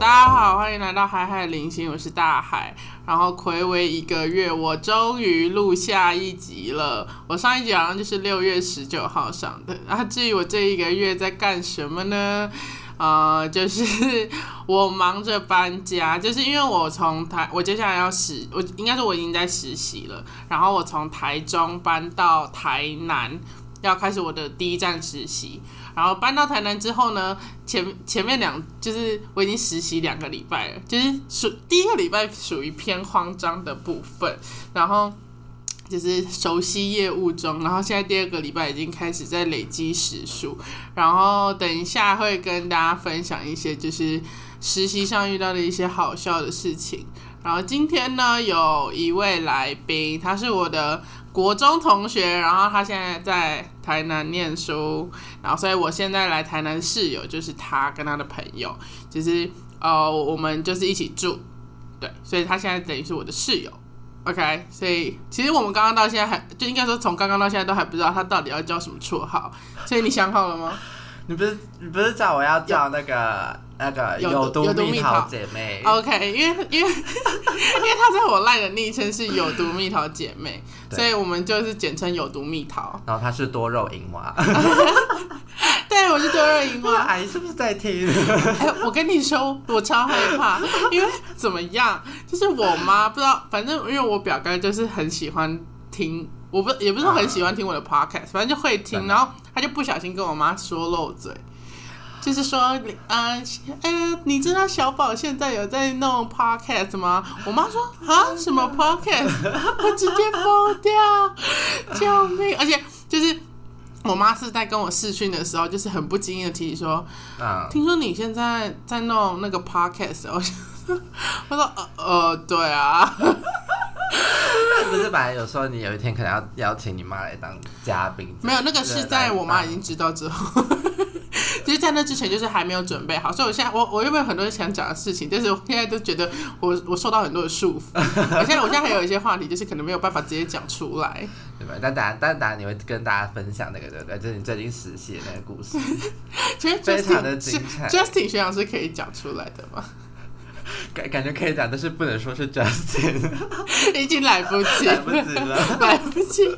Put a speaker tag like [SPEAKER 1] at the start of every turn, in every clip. [SPEAKER 1] 欢迎来到海海零星，我是大海。然后暌违一个月，我终于录下一集了。我上一集好像就是六月十九号上的。然后至于我这一个月在干什么呢？呃，就是 我忙着搬家，就是因为我从台，我接下来要实，我应该说我已经在实习了。然后我从台中搬到台南，要开始我的第一站实习。然后搬到台南之后呢，前前面两就是我已经实习两个礼拜了，就是属第一个礼拜属于偏慌张的部分，然后就是熟悉业务中，然后现在第二个礼拜已经开始在累积时数，然后等一下会跟大家分享一些就是实习上遇到的一些好笑的事情。然后今天呢，有一位来宾，他是我的国中同学，然后他现在在台南念书，然后所以我现在来台南室友就是他跟他的朋友，就是呃我们就是一起住，对，所以他现在等于是我的室友。OK，所以其实我们刚刚到现在还就应该说从刚刚到现在都还不知道他到底要叫什么绰号，所以你想好了吗？
[SPEAKER 2] 你不是你不是叫我要叫那个那个
[SPEAKER 1] 有
[SPEAKER 2] 有
[SPEAKER 1] 有
[SPEAKER 2] 毒
[SPEAKER 1] 毒
[SPEAKER 2] 蜜
[SPEAKER 1] 蜜
[SPEAKER 2] 桃
[SPEAKER 1] 桃哦
[SPEAKER 2] 姐妹？
[SPEAKER 1] OK，因为 因为因为他在我赖的昵称是有毒蜜桃姐妹，
[SPEAKER 2] 对
[SPEAKER 1] 所以我们就是简称有毒蜜桃。
[SPEAKER 2] 然后她是多肉银娃，
[SPEAKER 1] 对，我是多瑞姨 妈。
[SPEAKER 2] 阿姨是不是在听？
[SPEAKER 1] 哎、我跟你说，我超害怕，因为怎么样，就是我妈不知道，反正因为我表哥就是很喜欢听，我不也不是说很喜欢听我的 podcast，反正就会听，
[SPEAKER 2] 真的
[SPEAKER 1] 然后他就不小心跟我妈说漏嘴。就是说，你呃，呃，你知道小宝现在有在弄 podcast 吗？我妈说啊，什么 podcast？我直接疯掉，救命！而且就是我妈是在跟我试训的时候，就是很不经意的提起说，
[SPEAKER 2] 嗯，
[SPEAKER 1] 听说你现在在弄那个 podcast，我想 我说呃呃，对啊，
[SPEAKER 2] 不是本来有说你有一天可能要邀请你妈来当嘉宾？
[SPEAKER 1] 没有那个是在我妈已经
[SPEAKER 2] 经
[SPEAKER 1] 知道之后， 就是在那之前就是还没有准备好，所以我现在我我原本很多想讲的事情，但是我现在都觉得我我受到很多的束缚，我现在我现在还有一些话题就是可能没有办法直接讲出来，
[SPEAKER 2] 对吧？但等但等你会跟大家分享那个对不对？就是你最近实习的那个故事，
[SPEAKER 1] 其实
[SPEAKER 2] 非常的
[SPEAKER 1] Justin 是
[SPEAKER 2] 精彩，
[SPEAKER 1] Justin 学长是可以讲出来的嘛，
[SPEAKER 2] 感感觉可以讲，但是不能说是 Justin，
[SPEAKER 1] 已经来不及
[SPEAKER 2] 来不及 了。
[SPEAKER 1] 来不及。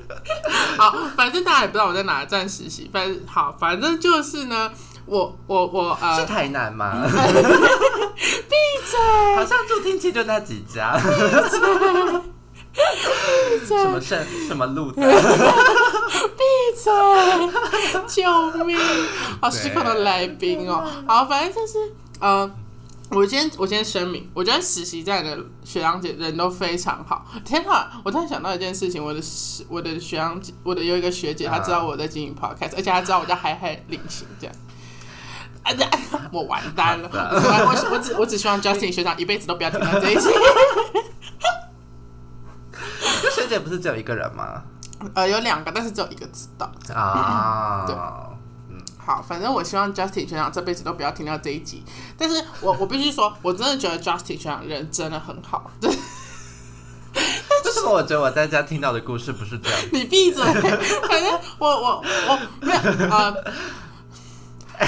[SPEAKER 1] 好，反正大家也不知道我在哪站实习，反正好，反正就是呢，我我我
[SPEAKER 2] 是
[SPEAKER 1] 呃，
[SPEAKER 2] 台南吗？闭嘴！好像助听器就那几家，什么圣什么路的。
[SPEAKER 1] 闭嘴，救命！好
[SPEAKER 2] 对
[SPEAKER 1] 失控的来宾哦。好，反正就是呃。我先我先声明，我觉得实习站的学长姐人都非常好。天哪！我突然想到一件事情，我的实我的学长姐，我的有一个学姐，她知道我在经营 podcast，、而且她知道我叫海海领行这样。啊，对 我完蛋了！
[SPEAKER 2] 好
[SPEAKER 1] 我我我只我只希望 Justin 学长一辈子都不要听到这一集。
[SPEAKER 2] 就学姐不是只有一个人吗？
[SPEAKER 1] 呃，有两个，但是只有一个知道。
[SPEAKER 2] 啊、
[SPEAKER 1] 对好，反正我希望 Justin 学长这辈子都不要听到这一集。但是我 我必须说，我真的觉得 Justin 学长人真的很好。就是
[SPEAKER 2] 为什么我觉得我在家听到的故事不是这样？
[SPEAKER 1] 你闭嘴！反正我我我没有呃，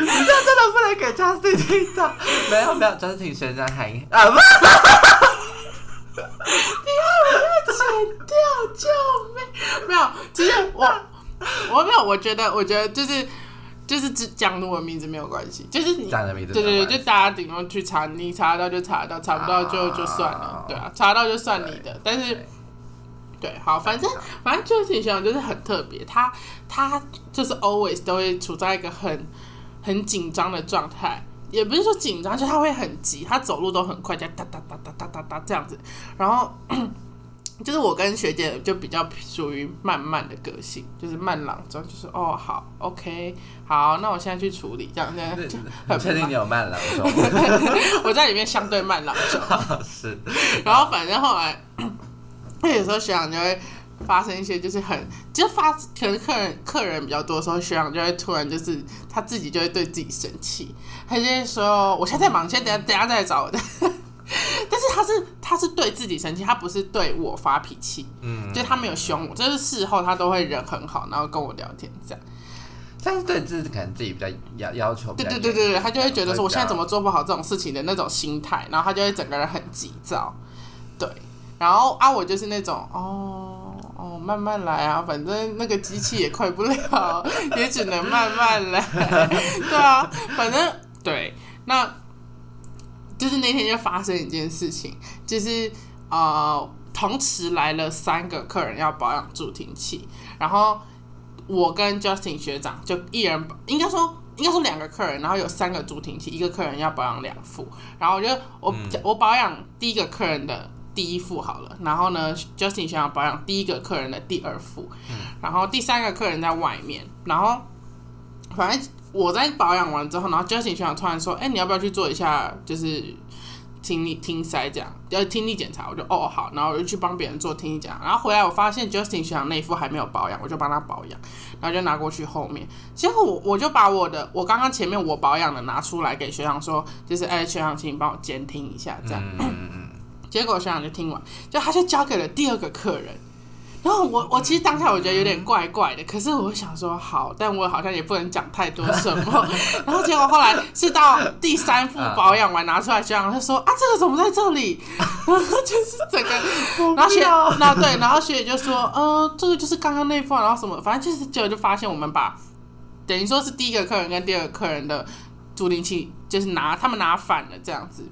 [SPEAKER 2] 你这样真的不能给 Justin 听到。没有没有，Justin 学长喊啊不，
[SPEAKER 1] 剪掉，救命！没有，其实我我没有，我觉得我觉得就是就是只讲我名字没有关系，就是你
[SPEAKER 2] 讲的名字
[SPEAKER 1] 对
[SPEAKER 2] 没
[SPEAKER 1] 对
[SPEAKER 2] 有
[SPEAKER 1] 对，
[SPEAKER 2] 关
[SPEAKER 1] 就
[SPEAKER 2] 系
[SPEAKER 1] 大家顶多去查，你查得到就查得到，查不到就就算了
[SPEAKER 2] 啊，
[SPEAKER 1] 对啊，查到就算你的，但是
[SPEAKER 2] 对。
[SPEAKER 1] 对，好，反正反正就是挺学长就是很特别，他他就是 always 都会处在一个很很紧张的状态，也不是说紧张，就是他会很急，他走路都很快，就哒哒哒哒哒哒哒这样子。然后就是我跟学姐就比较属于慢慢的个性，就是慢郎中，就是哦好，OK，好，那我现在去处理这样这样
[SPEAKER 2] 你
[SPEAKER 1] 就
[SPEAKER 2] 你
[SPEAKER 1] 很
[SPEAKER 2] 确定
[SPEAKER 1] 慢
[SPEAKER 2] 你有慢郎中？
[SPEAKER 1] 我在里面相对慢郎中。
[SPEAKER 2] 是，
[SPEAKER 1] 然后反正后来，那有时候学长就会发生一些，就是很就发，可能客人客人比较多的时候，学长就会突然就是他自己就会对自己生气，他就会说：“我现在在忙，现在等下等下再来找我的。” 但是他是他是对自己生气，他不是对我发脾气，
[SPEAKER 2] 嗯，
[SPEAKER 1] 就是他没有凶我，就是事后他都会人很好，然后跟我聊天这样。
[SPEAKER 2] 但是对自己可能自己比较要要求比
[SPEAKER 1] 对
[SPEAKER 2] 较
[SPEAKER 1] 对
[SPEAKER 2] 严，
[SPEAKER 1] 对对对，他就会觉得说我现在怎
[SPEAKER 2] 么
[SPEAKER 1] 么做不好这种事情的那种心态，然后他就会整个人很急躁，对，然后啊我就是那种哦哦慢慢来啊，反正那个机器也快不了，也只能慢慢来，对啊，反正对，那就是那天就发生一件事情，就是呃同时来了三个客人要保养助听器，然后我跟 Justin 学长就一人应该说应该说两个客人，然后有三个助听器，一个客人要保养两副，然后我就我、我保养第一个客人的第一副好了，然后呢 Justin 学长保养第一个客人的第二副，然后第三个客人在外面，然后反正我在保养完之后，然后 Justin 学长突然说：“哎、你要不要去做一下就是听力听塞这样，要听力检查？”我就哦好，然后我就去帮别人做听力检查，然后回来我发现 Justin 学长那一副还没有保养，我就帮他保养，然后就拿过去后面，结果我我就把我的我刚刚前面我保养的拿出来给学长说，就是哎、学长，请你帮我监听一下
[SPEAKER 2] 嗯
[SPEAKER 1] 这样。结果学长就听完，就他就交给了第二个客人。然后我我其实当下我觉得有点怪怪的，可是我想说好，但我好像也不能讲太多什么。然后结果后来是到第三副保养完拿出来，学长就说啊，这个怎么在这里？然后就是整个，然后学那对，然后学姐就说，呃，这个就是刚刚那副啊，然后什么，反正就是结果就发现我们把等于说是第一个客人跟第二个客人的助听器，就是拿他们拿反了这样子。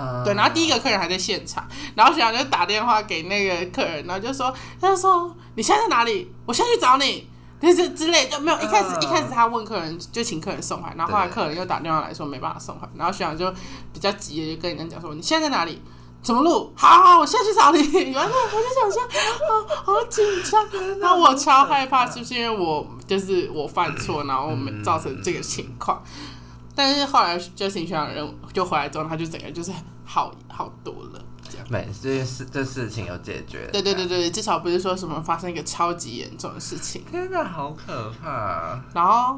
[SPEAKER 2] 嗯
[SPEAKER 1] 对，然后第一个客人还在现场，然后学长就打电话给那个客人，然后就说，他就说你现在在哪里？我现在去找你，就是之类就没有。一开始、
[SPEAKER 2] 嗯
[SPEAKER 1] 一开始他问客人就请客人送回来，然后后来
[SPEAKER 2] 对
[SPEAKER 1] 客人又打电话来说没办法送回来，然后学长就比较急的就跟人家讲说你现在在哪里？怎么录？好好，好我现在去找你。 然后我就想说，啊，好紧张。啊那我超害怕，是不是因为我就是我犯错，然后我们造成这个情况？但是后来 Justin 学长人就回来之后，他就整个就是好好多了。这样，
[SPEAKER 2] 没这件事这事情有解决，
[SPEAKER 1] 对对对对，对至少不是说什么发生一个超级严重的事情。
[SPEAKER 2] 天哪，好可怕啊！
[SPEAKER 1] 然后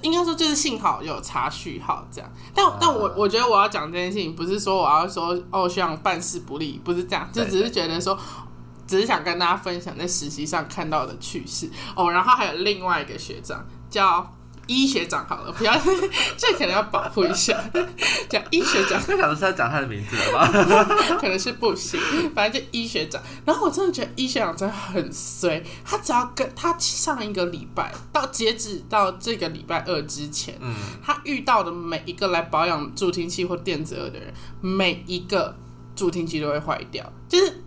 [SPEAKER 1] 应该说就是幸好有查序号这样，但、
[SPEAKER 2] 啊
[SPEAKER 1] 但我我觉得我要讲这件事情，不是说我要说哦学长办事不力，不是这样，就
[SPEAKER 2] 对
[SPEAKER 1] 只是觉得说。只是想跟大家分享在实习上看到的趣事哦，然后还有另外一个学长叫医学长，好了，不要 这可能要保护一下， 叫医学长，
[SPEAKER 2] 这小时是要讲他的名字 了吧？
[SPEAKER 1] 可能是不行，反正就医学长。然后我真的觉得医学长真的很衰，他只要跟他上一个礼拜到截止到这个礼拜二之前，
[SPEAKER 2] 嗯
[SPEAKER 1] 他遇到的每一个来保养助听器或电子耳的人，每一个助听器都会坏掉，就是。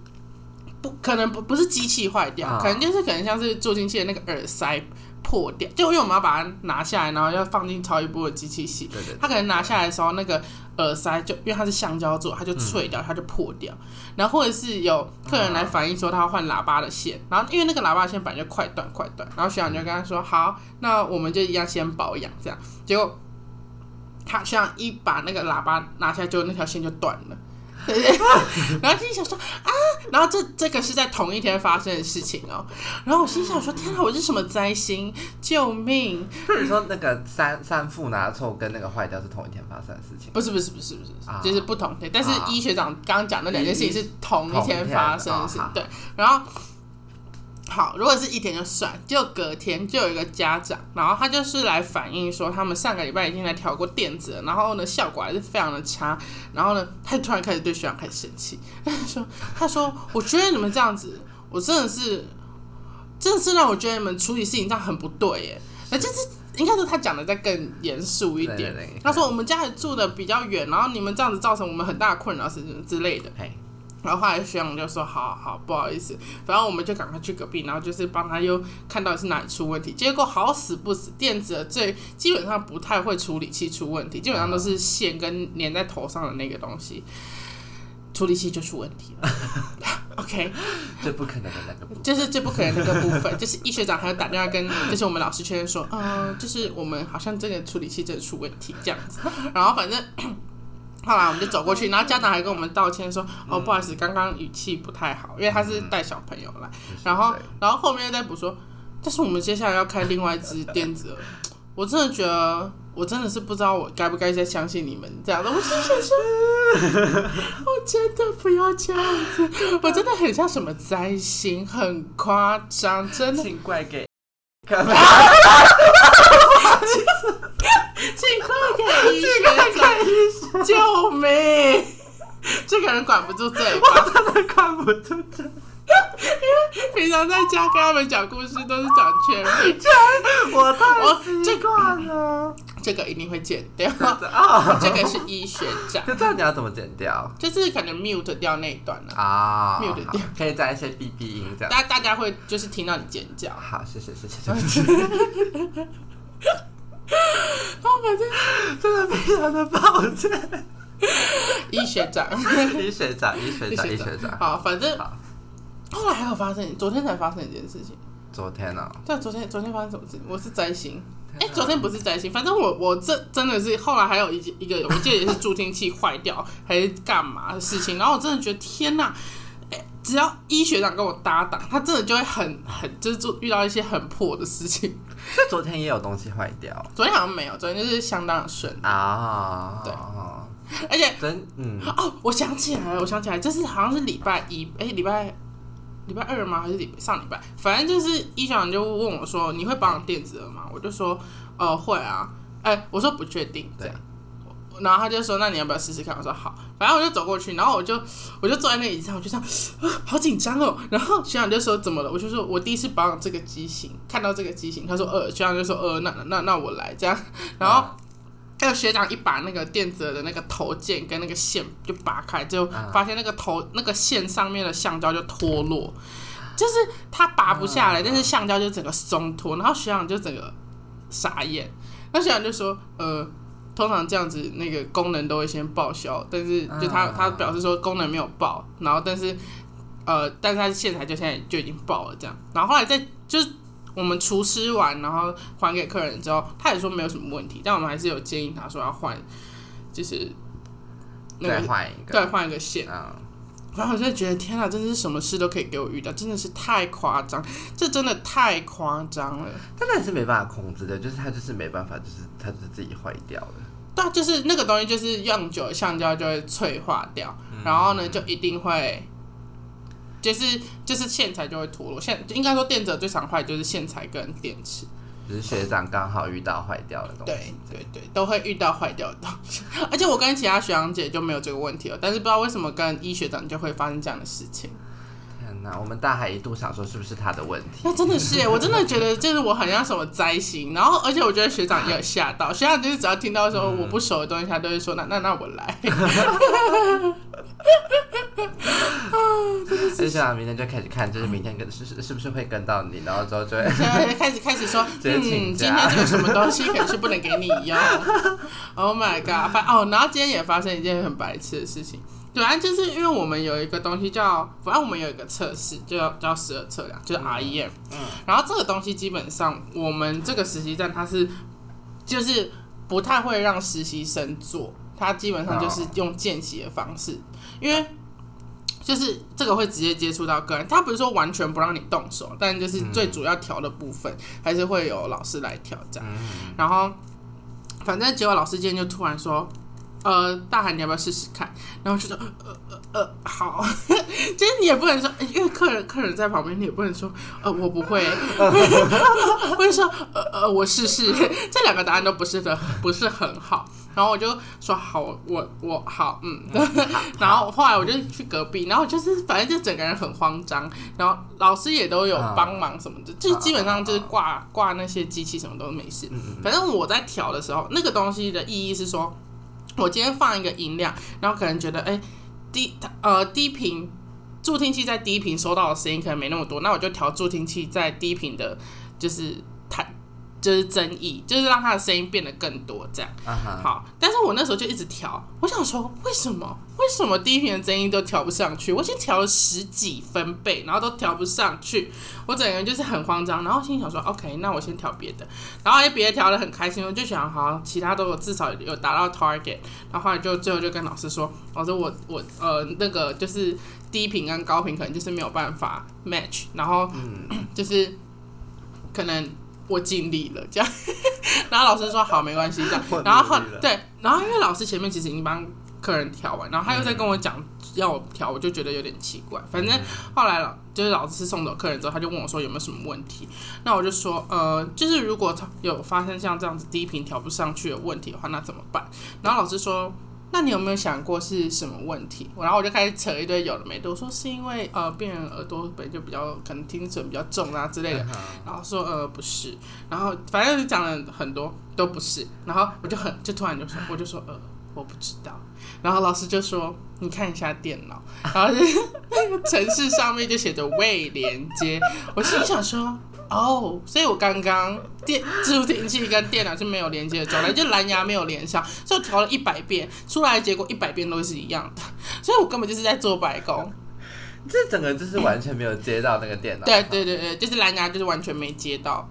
[SPEAKER 1] 不可能不不是机器坏掉，
[SPEAKER 2] 啊
[SPEAKER 1] 可能就是可能像是助听器的那个耳塞破掉，就因为我们要把它拿下来，然后要放进超音波的机器洗，
[SPEAKER 2] 对对，
[SPEAKER 1] 他可能拿下来的时候，那个耳塞就因为它是橡胶做，它就脆掉，它就破
[SPEAKER 2] 嗯
[SPEAKER 1] 掉。然后或者是有客人来反映说他要换喇叭的线，然后因为那个喇叭线本来就快断快断，然后学长就跟他说：“好，那我们就一样先保养这样。”结果他学长一把那个喇叭拿下来，就那条线就断 了。然后心想说啊，然后这这个是在同一天发生的事情哦。然后我心想说，天啊哪，我是什么灾星？救命！
[SPEAKER 2] 就是说那个三三副拿错跟那个坏掉是同一天发生的事情，
[SPEAKER 1] 不是不是不是不是，
[SPEAKER 2] 啊
[SPEAKER 1] 就是不同天。但是
[SPEAKER 2] 啊
[SPEAKER 1] 医学长刚刚讲那两件事情是同一天发生的事情
[SPEAKER 2] 同一天哦好，
[SPEAKER 1] 对。然后好，如果是一天就算，就隔天就有一个家长，然后他就是来反映说，他们上个礼拜已经来调过电子了，然后呢效果还是非常的差，然后呢他就突然开始对学长开始生气，他说他说我觉得你们这样子，我真的是真的是让我觉得你们处理事情这样很不对耶，那就是。应该说他讲的再更严肃一点，
[SPEAKER 2] 对对对
[SPEAKER 1] 他说我们家里住的比较远，然后你们这样子造成我们很大的困扰是之类的。
[SPEAKER 2] 嘿，
[SPEAKER 1] 然后后来学长就说：“好好，不好意思，反正我们就赶快去隔壁，然后就是帮他又看到底是哪里出问题。结果好死不死，电子的最基本上不太会处理器出问题，基本上都是线跟粘在头上的那个东西，处理器就出问题了。OK，
[SPEAKER 2] 这不可能的那个部分，
[SPEAKER 1] 就是最不可能的一个部分， 就是医学长还有打电话跟就是我们老师确认说，嗯、就是我们好像这个处理器真的出问题这样子， 然后反正。 后来我们就走过去，然后家长还跟我们道歉说：“哦，不好意思，刚刚语气不太好，因为他是带小朋友来。”然后
[SPEAKER 2] 对，
[SPEAKER 1] 然后后面又再补说，但是我们接下来要开另外一支电子耳，我真的觉得，我真的是不知道我该不该再相信你们这样的。我就想说，我真的不要这样子，我真的很像什么灾星，很夸张，真的。
[SPEAKER 2] 请怪给。可能
[SPEAKER 1] 请快给医学长，救命！这个人管不住嘴巴，
[SPEAKER 2] 真的看不出这，
[SPEAKER 1] 平常在家跟他们讲故事都是讲全名，
[SPEAKER 2] 我太
[SPEAKER 1] 我
[SPEAKER 2] 习
[SPEAKER 1] 这
[SPEAKER 2] 惯了。
[SPEAKER 1] 这个一定会剪掉。
[SPEAKER 2] 啊，
[SPEAKER 1] 这个是医学长，
[SPEAKER 2] 就这样你要怎么剪掉
[SPEAKER 1] 就是可能 mute 掉那一段了、
[SPEAKER 2] 啊？
[SPEAKER 1] 没有剪
[SPEAKER 2] 好
[SPEAKER 1] 掉
[SPEAKER 2] 可以加一些 B B 音这样。
[SPEAKER 1] 大大家会就是听到你尖叫。
[SPEAKER 2] 好，谢谢谢谢对不起，
[SPEAKER 1] 哦，反正
[SPEAKER 2] 真的非常的抱歉。
[SPEAKER 1] 医学长，
[SPEAKER 2] 医学长，医学长，医学长。
[SPEAKER 1] 好，反正
[SPEAKER 2] 好
[SPEAKER 1] 后来还有发生，昨天才发生一件事情。
[SPEAKER 2] 昨天呢、
[SPEAKER 1] 对，昨天昨天发生什么事？我是摘星，哎、
[SPEAKER 2] 天啊
[SPEAKER 1] 昨天不是摘星，反正我我这真的是后来还有一件一个，我记得也是助听器坏掉还是干嘛的事情，然后我真的觉得天哪！哎只要医学长跟我搭档，他真的就会很很就是做遇到一些很破的事情。
[SPEAKER 2] 就昨天也有东西坏掉
[SPEAKER 1] 昨天好像没有，昨天就是相当的顺，
[SPEAKER 2] 啊。
[SPEAKER 1] 对
[SPEAKER 2] 对，
[SPEAKER 1] 而且
[SPEAKER 2] 真嗯，
[SPEAKER 1] 哦，我想起来了，我想起来，这是好像是礼拜一，哎、礼拜礼拜二吗？还是礼拜上礼拜？反正就是一小人就问我说：“你会保养电子耳吗？”我就说：“呃，会啊。哎，我说不确定。这样，然后他就说：“那你要不要试试看？”我说：“好。”反正我就走过去，然后我就我就坐在那椅子上，我就这样，啊好紧张哦。然后学长就说：“怎么了？”我就说：“我第一次保养这个机型，看到这个机型。”他说：“呃。”学长就说：“呃，那那那我来。”这样，然后还有学长一把那个电子耳的那个头件跟那个线就拔开，就发现那个头、那个线上面的橡胶就脱落，就是它拔不下来，但是橡胶就整个松脱，然后学长就整个傻眼，那学长就说，呃。通常这样子，那个功能都会先报销，但是就他、
[SPEAKER 2] 嗯
[SPEAKER 1] 他表示说功能没有报，然后但是呃，但是他线材就现在就已经爆了这样。然后后来在就是我们厨师完，然后还给客人之后，他也说没有什么问题，但我们还是有建议他说要换，就是那
[SPEAKER 2] 再
[SPEAKER 1] 个
[SPEAKER 2] 换一个。
[SPEAKER 1] 对换一个线。
[SPEAKER 2] 嗯，
[SPEAKER 1] 然后我就觉得天哪，真的是什么事都可以给我遇到，真的是太夸张，这真的太夸张了。
[SPEAKER 2] 但那也是没办法控制的，就是它就是没办法，就是它就是自己坏掉了。
[SPEAKER 1] 对啊，就是那个东西，就是用久了橡胶就会脆化掉，然后呢，就一定会，就是就是线材就会脱落。线应该说电子耳最常坏就是线材跟电池，
[SPEAKER 2] 只是学长刚好遇到坏掉的东
[SPEAKER 1] 对
[SPEAKER 2] 西。
[SPEAKER 1] 对对，都会遇到坏掉的东西。 而且我跟其他学长姐就没有这个问题了，但是不知道为什么跟医学长就会发生这样的事情。
[SPEAKER 2] 天哪，我们大海一度想说是不是他的问题？
[SPEAKER 1] 那真的是耶，我真的觉 得就是我很像什么灾星，然后而且我觉得学长也有吓到，学长就是只要听到说我不熟的东西，他都会说那那那我来。
[SPEAKER 2] 所以学长明天就开始看，就是明天跟是是是不是会跟到你，然后之后 就会
[SPEAKER 1] 现在开始开始说，
[SPEAKER 2] 直接
[SPEAKER 1] 嗯，
[SPEAKER 2] 请
[SPEAKER 1] 今天
[SPEAKER 2] 假
[SPEAKER 1] 这个什么东西可能是不能给你用。Oh my god！反哦，然后今天也发生一件很白痴的事情，对反正就是因为我们有一个东西叫，反正我们有一个测试，就叫叫十二测量，就是 REM。嗯。然后这个东西基本上我们这个实习站它是就是不太会让实习生做，它基本上就是用见习的方式，因为。就是这个会直接接触到个人，他不是说完全不让你动手，但就是最主要调的部分还是会有老师来调这
[SPEAKER 2] 嗯
[SPEAKER 1] 样。然后，反正结果老师今天就突然说，呃，大喊你要不要试试看？然后就说，呃呃呃，好，就是你也不能说，因为客人客人在旁边，你也不能说，呃，我不 会，不能说，呃呃，我试试。 这两个答案都不是的，不是很好。然后我就说好，我我好，嗯。 然后后来我就去隔壁，然后就是反正就整个人很慌张，然后老师也都有帮忙什么的，就是基本上就是挂挂那些机器什么都没事。反正我在调的时候，那个东西的意义是说，我今天放一个音量，然后可能觉得哎、低呃低频助听器在低频收到的声音可能没那么多，那我就调助听器在低频的，就是弹就是增益，就是让它的声音变得更多这样。
[SPEAKER 2] 啊哈，
[SPEAKER 1] 好，但是我那时候就一直调，我想说为什么为什么低频的声音都调不上去？我已经调了十几分贝，然后都调不上去，我整个人就是很慌张。然后心里想说，OK，那我先调别的，然后也别的调的很开心，我就想好，其他都有至少有达到 target。然后后来就最后就跟老师说，老师我我呃那个就是低频跟高频可能就是没有办法 match，然后、
[SPEAKER 2] 嗯
[SPEAKER 1] 就是可能我尽力了这样。 然后老师说好没关系这样
[SPEAKER 2] 我，
[SPEAKER 1] 然后后
[SPEAKER 2] 努力了
[SPEAKER 1] 对，然后因为老师前面其实已经帮客人调完，然后他又在跟我讲要我调，我就觉得有点奇怪。反
[SPEAKER 2] 嗯
[SPEAKER 1] 正后来老就是老师送走客人之后，他就问我说有没有什么问题，那我就说呃，就是如果他有发生像这样子低频调不上去的问题的话，那怎么办？然后老师说。那你有没有想过是什么问题？我然后我就开始扯一堆有的没的，我说是因为呃病人耳朵本来就比较可能听损比较重啊之类的，
[SPEAKER 2] 嗯哼
[SPEAKER 1] 然后说呃不是，然后反正就讲了很多都不是，然后我就很就突然就说我就说呃我不知道，然后老师就说你看一下电脑，然后就是 那个程式上面就写着未连接，我心想说哦，所以我刚刚电自助电器跟电脑是没有连接的状态，就蓝牙没有连上，所以我调了一百遍，出来的结果一百遍都是一样的，所以我根本就是在做白工。
[SPEAKER 2] 这整个就是完全没有接到那个电脑。
[SPEAKER 1] 对对对对，就是蓝牙就是完全没接到，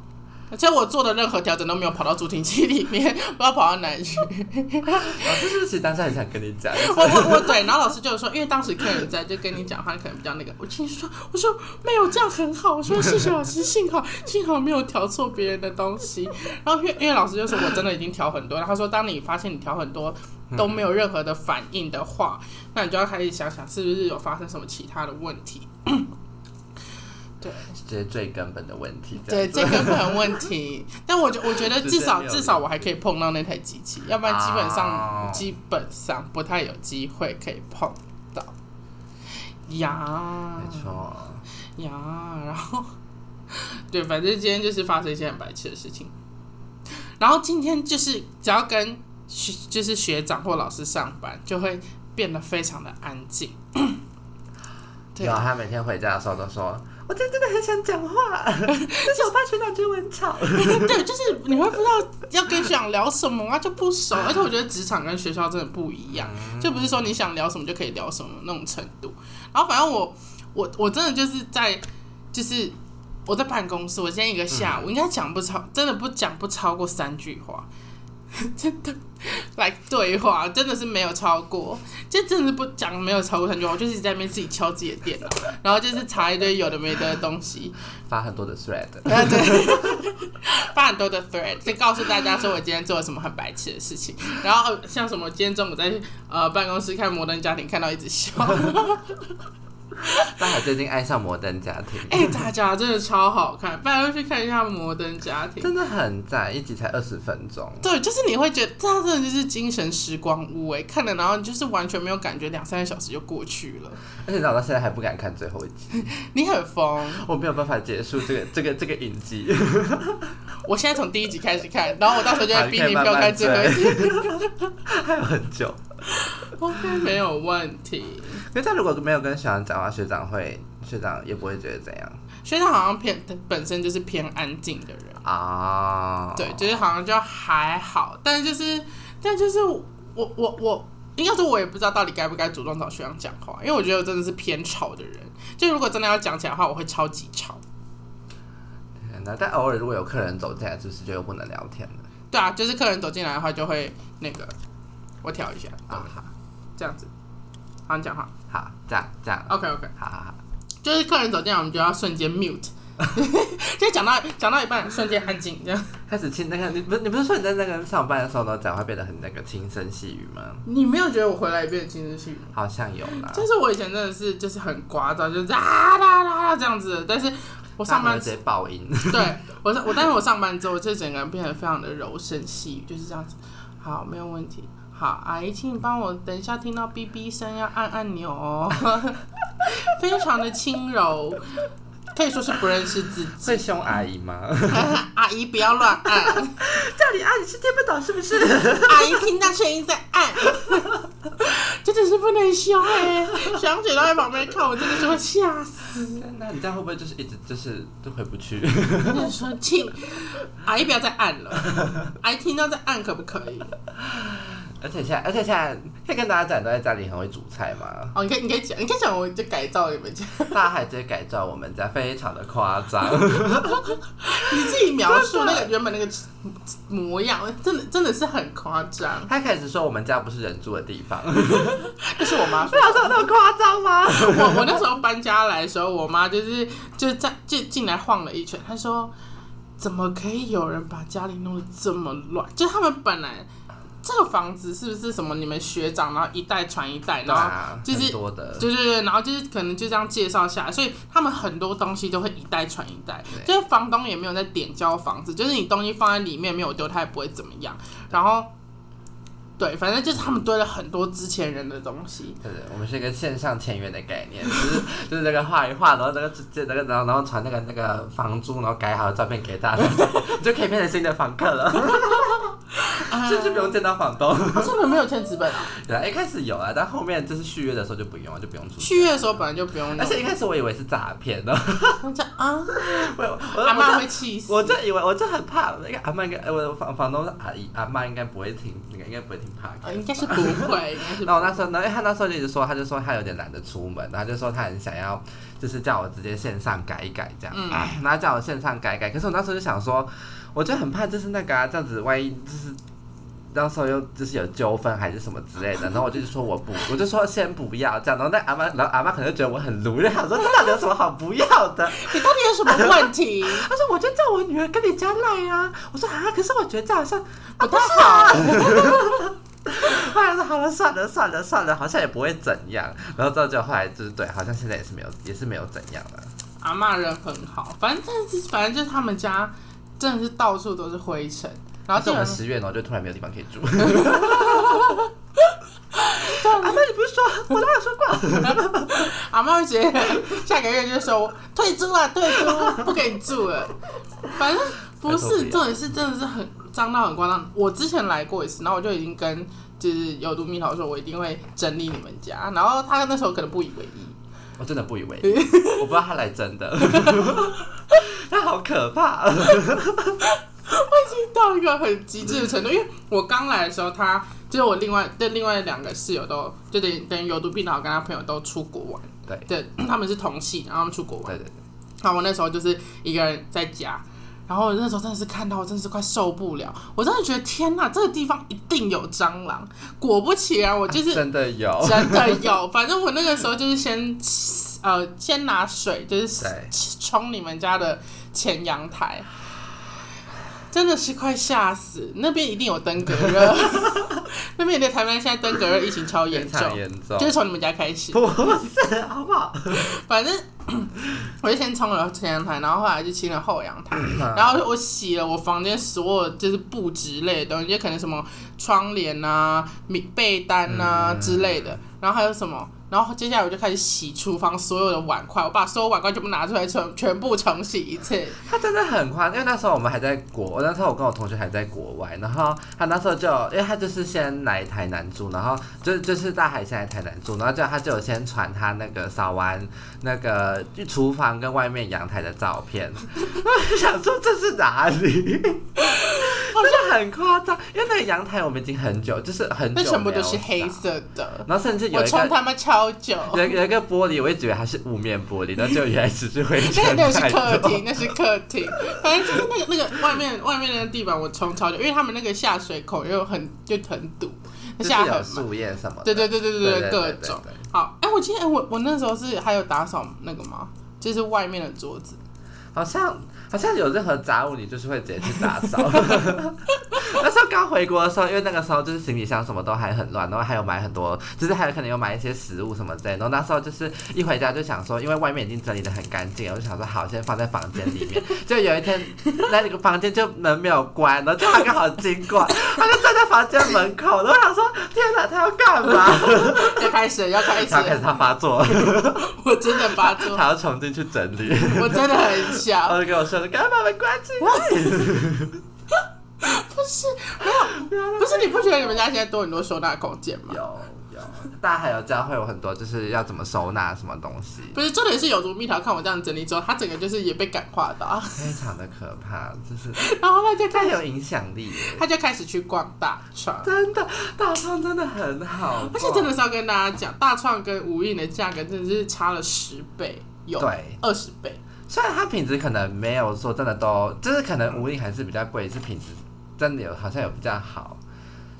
[SPEAKER 1] 而且我做的任何调整都没有跑到助听器里面，不知道跑到哪里去。
[SPEAKER 2] 老师哦是不是当时很想跟你讲？
[SPEAKER 1] 我我我对，然后老师就说，因为当时客人在，就跟你讲话可能比较那个。我心里说，我说没有这样很好，我说谢谢老师，幸好幸好没有调错别人的东西。然后因为因为老师就说我真的已经调很多，然后他说当你发现你调很多都没有任何的反应的话，那你就要开始想想是不是有发生什么其他的问题。对，
[SPEAKER 2] 这是最根本的问题。
[SPEAKER 1] 对，这
[SPEAKER 2] 这样子
[SPEAKER 1] 根本问 题。但我觉我觉得
[SPEAKER 2] 直接
[SPEAKER 1] 至少
[SPEAKER 2] 没有
[SPEAKER 1] 至少我还可以碰到那台机器，要不然基本上、
[SPEAKER 2] 哦
[SPEAKER 1] 基本上不太有机会可以碰到。呀
[SPEAKER 2] 没错。
[SPEAKER 1] 呀，然后对，反正今天就是发生一些很白痴的事情。然后今天就是只要跟学就是学长或老师上班，就会变得非常的安静。对
[SPEAKER 2] 然后啊他每天回家的时候都说：“我真真的很想 讲话，但是我怕学长觉得我很吵。
[SPEAKER 1] 对，就是你会不知道要跟学长聊什么啊，就不熟。而且我觉得职场跟学校真的不一样，就不是说你想聊什么就可以聊什么那种程度。然后反正我我我真的就是在就是我在办公室，我今天一个下午、应该讲不超，真的不讲不超过三句话。 真的，来对话真的是没有超过，就真的是不讲没有超过三句话，我就是一直在那边自己敲自己的电脑，然后就是查一堆有的没的东西，”
[SPEAKER 2] 发很多的 thread，
[SPEAKER 1] 啊，对， 发很多的 thread，就告诉大家说我今天做了什么很白痴的事情。然后呃像什么，今天中午在呃办公室看《摩登家庭》，看到一直 笑。
[SPEAKER 2] 大海最近爱上摩登家庭，
[SPEAKER 1] 哎、大家真的超好看，大家去看一下《摩登家庭》。
[SPEAKER 2] 真的很赞，一集才二十分钟。
[SPEAKER 1] 对，就是你会觉得它真的就是精神时光屋哎、看了然后你就是完全没有感觉，两三个小时就过去了，
[SPEAKER 2] 而且我到现在还不敢看最后一集，
[SPEAKER 1] 你很疯。
[SPEAKER 2] 我没有办法结束这个这个这个影集。
[SPEAKER 1] 我现在从第一集开始看，然后我到时候就会
[SPEAKER 2] 好你
[SPEAKER 1] 逼
[SPEAKER 2] 可以
[SPEAKER 1] 你
[SPEAKER 2] 慢
[SPEAKER 1] 不要
[SPEAKER 2] 慢
[SPEAKER 1] 看最后一集
[SPEAKER 2] 还有很久。
[SPEAKER 1] ，OK，没有问题。
[SPEAKER 2] 可是他如果没有跟学长讲话，学长会学长也不会觉得怎样
[SPEAKER 1] 学长好像偏本身就是偏安静的人。
[SPEAKER 2] 啊。
[SPEAKER 1] 对，就是好像就还好，但就是但就是我我我应该说，我也不知道到底该不该主动找学长讲话，因为我觉得我真的是偏吵的人。就如果真的要讲起来的话，我会超级吵。
[SPEAKER 2] 天哪但偶尔如果有客人走进来，是不是就又不能聊天了？
[SPEAKER 1] 对啊，就是客人走进来的话，就会那个我调一下，
[SPEAKER 2] 啊，好，
[SPEAKER 1] 这样子。好，你讲话。
[SPEAKER 2] 好，这样这样，
[SPEAKER 1] OK OK，
[SPEAKER 2] 好好好，
[SPEAKER 1] 就是客人走进来，我们就要瞬间 mute，就讲到讲到一半，瞬间安静这样。
[SPEAKER 2] 开始听那个，你不是你不是说你在那个上班的时候呢，讲话变得很那个轻声细语吗？
[SPEAKER 1] 你没有觉得我回来变得轻声细语吗？
[SPEAKER 2] 好像有啦。
[SPEAKER 1] 就是我以前真的是就是很聒噪，就是啊啦啦啦这样子的，但是我上
[SPEAKER 2] 大家
[SPEAKER 1] 班
[SPEAKER 2] 会直接爆音，
[SPEAKER 1] 对我上我，但是我上班之后，就整个人变得非常的柔声细语，就是这样子。好，没有问题。好，阿姨，请你帮我等一下听到哔哔声要按按钮哦，非常的轻柔，可以说是不认识自己。
[SPEAKER 2] 会凶阿姨吗？
[SPEAKER 1] 阿姨不要乱按，
[SPEAKER 2] 叫你阿姨是听不懂是不是？
[SPEAKER 1] 阿姨听到声音在按， 真的是不能凶哎、小姐都在旁边看，我真的是会吓死。
[SPEAKER 2] 那你这样会不会就是一直就是就回不去？
[SPEAKER 1] 我就说，请阿姨不要再按了， 阿姨听到再按可不可以？
[SPEAKER 2] 而且现在，而且现在可以跟大家讲，你都在家里很会煮菜 吗？
[SPEAKER 1] 哦，你可以，你可以讲，你可以讲，我就改造你们 家，
[SPEAKER 2] 大海直接改造我们家，非常的夸张。
[SPEAKER 1] 你自己描述那个原本那个模样，真的真的是很夸张。
[SPEAKER 2] 他开始说我们家不是人住的地方，
[SPEAKER 1] 这是我妈 说，
[SPEAKER 2] 他说那么夸张吗？
[SPEAKER 1] 我我那时候搬家来的时候，我妈就是就在就进来晃了一圈，她说：“怎么可以有人把家里弄得这么乱？”就是他们本来。这个房子是不是什么你们学长，然后一代传一代，
[SPEAKER 2] 对
[SPEAKER 1] 然后
[SPEAKER 2] 啊，
[SPEAKER 1] 就是
[SPEAKER 2] 很多的，
[SPEAKER 1] 对对对，然后就是可能就这样介绍下来，所以他们很多东西都会一代传一代，
[SPEAKER 2] 对
[SPEAKER 1] 就是房东也没有在点交房子，就是你东西放在里面没有丢，他也不会怎么样。然后，对，反正就是他们堆了很多之前人的东 西，
[SPEAKER 2] 对对，我们是一个线上签约的概念， 就是就是那个画一画，然后那个直接那个然后然后传那个那个房租，然后改好的照片给大家， 你就可以变成新的房客 了，甚至不用见到房东。
[SPEAKER 1] 可是我啊们没有签纸本啊，
[SPEAKER 2] 对啊，一开始有啊，但后面就是续约的时候就不用了，就不用出。
[SPEAKER 1] 续约的时候本来就不用弄，
[SPEAKER 2] 而且一开始我以为是诈 骗的，
[SPEAKER 1] 我这啊，
[SPEAKER 2] 我我
[SPEAKER 1] 阿妈
[SPEAKER 2] 我
[SPEAKER 1] 会气死，
[SPEAKER 2] 我就以为我就很怕那个阿妈应该，呃我的房房东是阿姨阿妈应该不会听，应该应该不会听怕。
[SPEAKER 1] 呃应该是不会，应该 是不
[SPEAKER 2] 那我那时候，然后他那时候就一直说，他就说他有点懒得出门，然后就说他很想要，就是叫我直接线上改一改这样，
[SPEAKER 1] 嗯
[SPEAKER 2] 哎，然后叫我线上改一改。可是我那时候就想说，我就很怕就是那个啊，这样子万一就是到时候又就是有纠纷还是什么之类的，然后我就说我不， 我就说先不要这样，然后那阿妈，然后阿妈可能就觉得我很鲁，就想说这到底有什么好不要的？
[SPEAKER 1] 你到底有什么问题？
[SPEAKER 2] 他说我就叫我女儿跟你加赖啊，我说啊，可是我觉得这好像
[SPEAKER 1] 不太 好，
[SPEAKER 2] 后来说好了，算了，算了，算了，好像也不会怎样。然后到最后后来就是对，好像现在也是没有，也是没有怎样了。
[SPEAKER 1] 阿妈人很好，反正但是反正就是他们家真的是到处都是灰尘，然后
[SPEAKER 2] 但是
[SPEAKER 1] 这种
[SPEAKER 2] 我们十月呢，就突然没有地方可以住。阿 妈，啊你不是说 我哪有说过？
[SPEAKER 1] 阿妈会直接 下个月就说退租了，退租 不给你住了。反正不
[SPEAKER 2] 拜托不
[SPEAKER 1] 是，
[SPEAKER 2] 要
[SPEAKER 1] 重点是真的是很脏到很夸张。我之前来过一次，然后我就已经跟就是有毒蜜桃说，我一定会整理你们家。然后他那时候可能不以为意，
[SPEAKER 2] 我真的不以为意，我不知道他来真的， 他好可怕。
[SPEAKER 1] 到一个很极致的程度。因为我刚来的时候，他就是我另外对另外两个室友都就等于等于有毒蜜桃跟他朋友都出国玩，
[SPEAKER 2] 对
[SPEAKER 1] 对，他们是同系，然后他们出国玩。
[SPEAKER 2] 对对对，
[SPEAKER 1] 然后我那时候就是一个人在家，然后我那时候真的是看到，我真的是快受不了，我真的觉得天哪，这个地方一定有蟑螂。果不其然，我就是
[SPEAKER 2] 啊真的哦有。
[SPEAKER 1] 真的有。反正我那个时候就是先呃，先拿水就是
[SPEAKER 2] 对
[SPEAKER 1] 冲你们家的前阳台，真的是快吓死。那边一定有登革 热，那边的台湾现在登革热疫情超严
[SPEAKER 2] 非
[SPEAKER 1] 重，
[SPEAKER 2] 常严重
[SPEAKER 1] 就，是从你们家开始。
[SPEAKER 2] 不是好不 好？
[SPEAKER 1] 反正 我就先冲了前阳台，然后后来就清了后阳台，
[SPEAKER 2] 嗯
[SPEAKER 1] 然后我洗了我房间所有就是布置类的东西，就可能什么窗帘啊、米被单啊
[SPEAKER 2] 嗯
[SPEAKER 1] 之类的，然后还有什么。然后接下来我就开始洗厨房所有的碗筷，我把所有碗筷全部拿出来，全全部重洗一次。
[SPEAKER 2] 他真的很夸张，因为那时候我们还在国，那时候我跟我同学还在国外，然后他那时候就，因为他就是先来台南住，然后就就是大海先来台南住，然后就他就有先传他那个扫完那个厨房跟外面阳台的照片， 我就想说这是哪里？真的很夸张，因为那个阳台我们已经很久，就是很久
[SPEAKER 1] 那全部
[SPEAKER 2] 没有
[SPEAKER 1] 都是黑
[SPEAKER 2] 扫，
[SPEAKER 1] 色的，
[SPEAKER 2] 然后甚至有
[SPEAKER 1] 我
[SPEAKER 2] 一
[SPEAKER 1] 冲
[SPEAKER 2] 个。
[SPEAKER 1] 他妈超久。
[SPEAKER 2] 有一个有一个玻璃，我也以为它是雾面玻璃，然后就原来只是灰
[SPEAKER 1] 那
[SPEAKER 2] 尘
[SPEAKER 1] 那个
[SPEAKER 2] 太
[SPEAKER 1] 是客
[SPEAKER 2] 多
[SPEAKER 1] 厅，那是客厅，反正就是那个那个外面外面那个地板，我冲超久，因为他们那个下水口又很就很堵，
[SPEAKER 2] 就是
[SPEAKER 1] 下很
[SPEAKER 2] 有
[SPEAKER 1] 满。
[SPEAKER 2] 树叶什么的。
[SPEAKER 1] 对对对对
[SPEAKER 2] 对
[SPEAKER 1] 对，
[SPEAKER 2] 对
[SPEAKER 1] 各
[SPEAKER 2] 对对
[SPEAKER 1] 种
[SPEAKER 2] 对
[SPEAKER 1] 好。哎，我记得哎我我那时候是还有打扫那个吗？就是外面的桌子，
[SPEAKER 2] 好像好像有任何杂物，你就是会直接去打 扫。那时候刚回国的时候，因为那个时候就是行李箱什么都还很乱，然后还有买很多，就是还有可能有买一些食物什么之类的。然后那时候就是一回家就想说，因为外面已经整理的很干净了，我就想说好，先放在房间 里面。就有一天，那个房间就门没有关，然后就他刚好经过，他就站在房间门口，然后我想说天哪，他要干嘛？
[SPEAKER 1] 要开始了要开始
[SPEAKER 2] 然后开
[SPEAKER 1] 了，
[SPEAKER 2] 始他发作，
[SPEAKER 1] 我真的发作，
[SPEAKER 2] 他要重新去整理。
[SPEAKER 1] 我真的很
[SPEAKER 2] 然
[SPEAKER 1] 想，
[SPEAKER 2] 后就跟我说：“赶快把门关起来。”
[SPEAKER 1] 不是没有，不是你不觉得你们家现在多很多收纳空间吗？
[SPEAKER 2] 有有，大家还有教会我很多，就是要怎么收纳什么东西，
[SPEAKER 1] 不是，重点是有如蜜桃看我这样整理之后，他整个就是也被感化到，啊
[SPEAKER 2] 非常的可怕，就是
[SPEAKER 1] 然后他就开
[SPEAKER 2] 太
[SPEAKER 1] 始
[SPEAKER 2] 有影响力耶。
[SPEAKER 1] 他就开始去逛大创。
[SPEAKER 2] 真的，大创真的很好逛，
[SPEAKER 1] 而且真的是要跟大家讲，大创跟无印的价格真的是差了十倍，有
[SPEAKER 2] 对。
[SPEAKER 1] 二十倍。
[SPEAKER 2] 虽然它品质可能没有说真的都，就是可能无印还是比较贵，是品质真的有好像有比较好。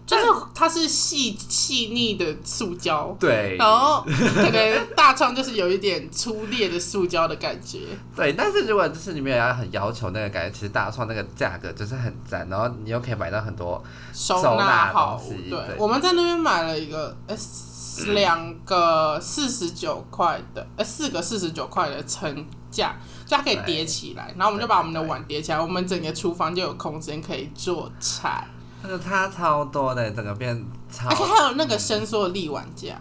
[SPEAKER 1] 就是它是细细腻的塑胶，
[SPEAKER 2] 对，
[SPEAKER 1] 然后哦可能大创就是有一点粗劣的塑胶的感觉。
[SPEAKER 2] 对，但是如果就是你没有要很要求那个感觉，其实大创那个价格就是很赞，然后你又可以买到很多，
[SPEAKER 1] 收
[SPEAKER 2] 收纳
[SPEAKER 1] 纳好
[SPEAKER 2] 东西
[SPEAKER 1] 物，
[SPEAKER 2] 对
[SPEAKER 1] 对，我们在那边买了一个，呃，四两个四十九块的，呃，四个四十九块的层架，就它可以
[SPEAKER 2] 对
[SPEAKER 1] 叠起来，然后我们就
[SPEAKER 2] 对
[SPEAKER 1] 把
[SPEAKER 2] 对
[SPEAKER 1] 我们的
[SPEAKER 2] 对
[SPEAKER 1] 碗叠起来，我们整个厨房就有空间可以做菜，
[SPEAKER 2] 那个差超多的，整个变超
[SPEAKER 1] 而且还有那个伸缩立碗架，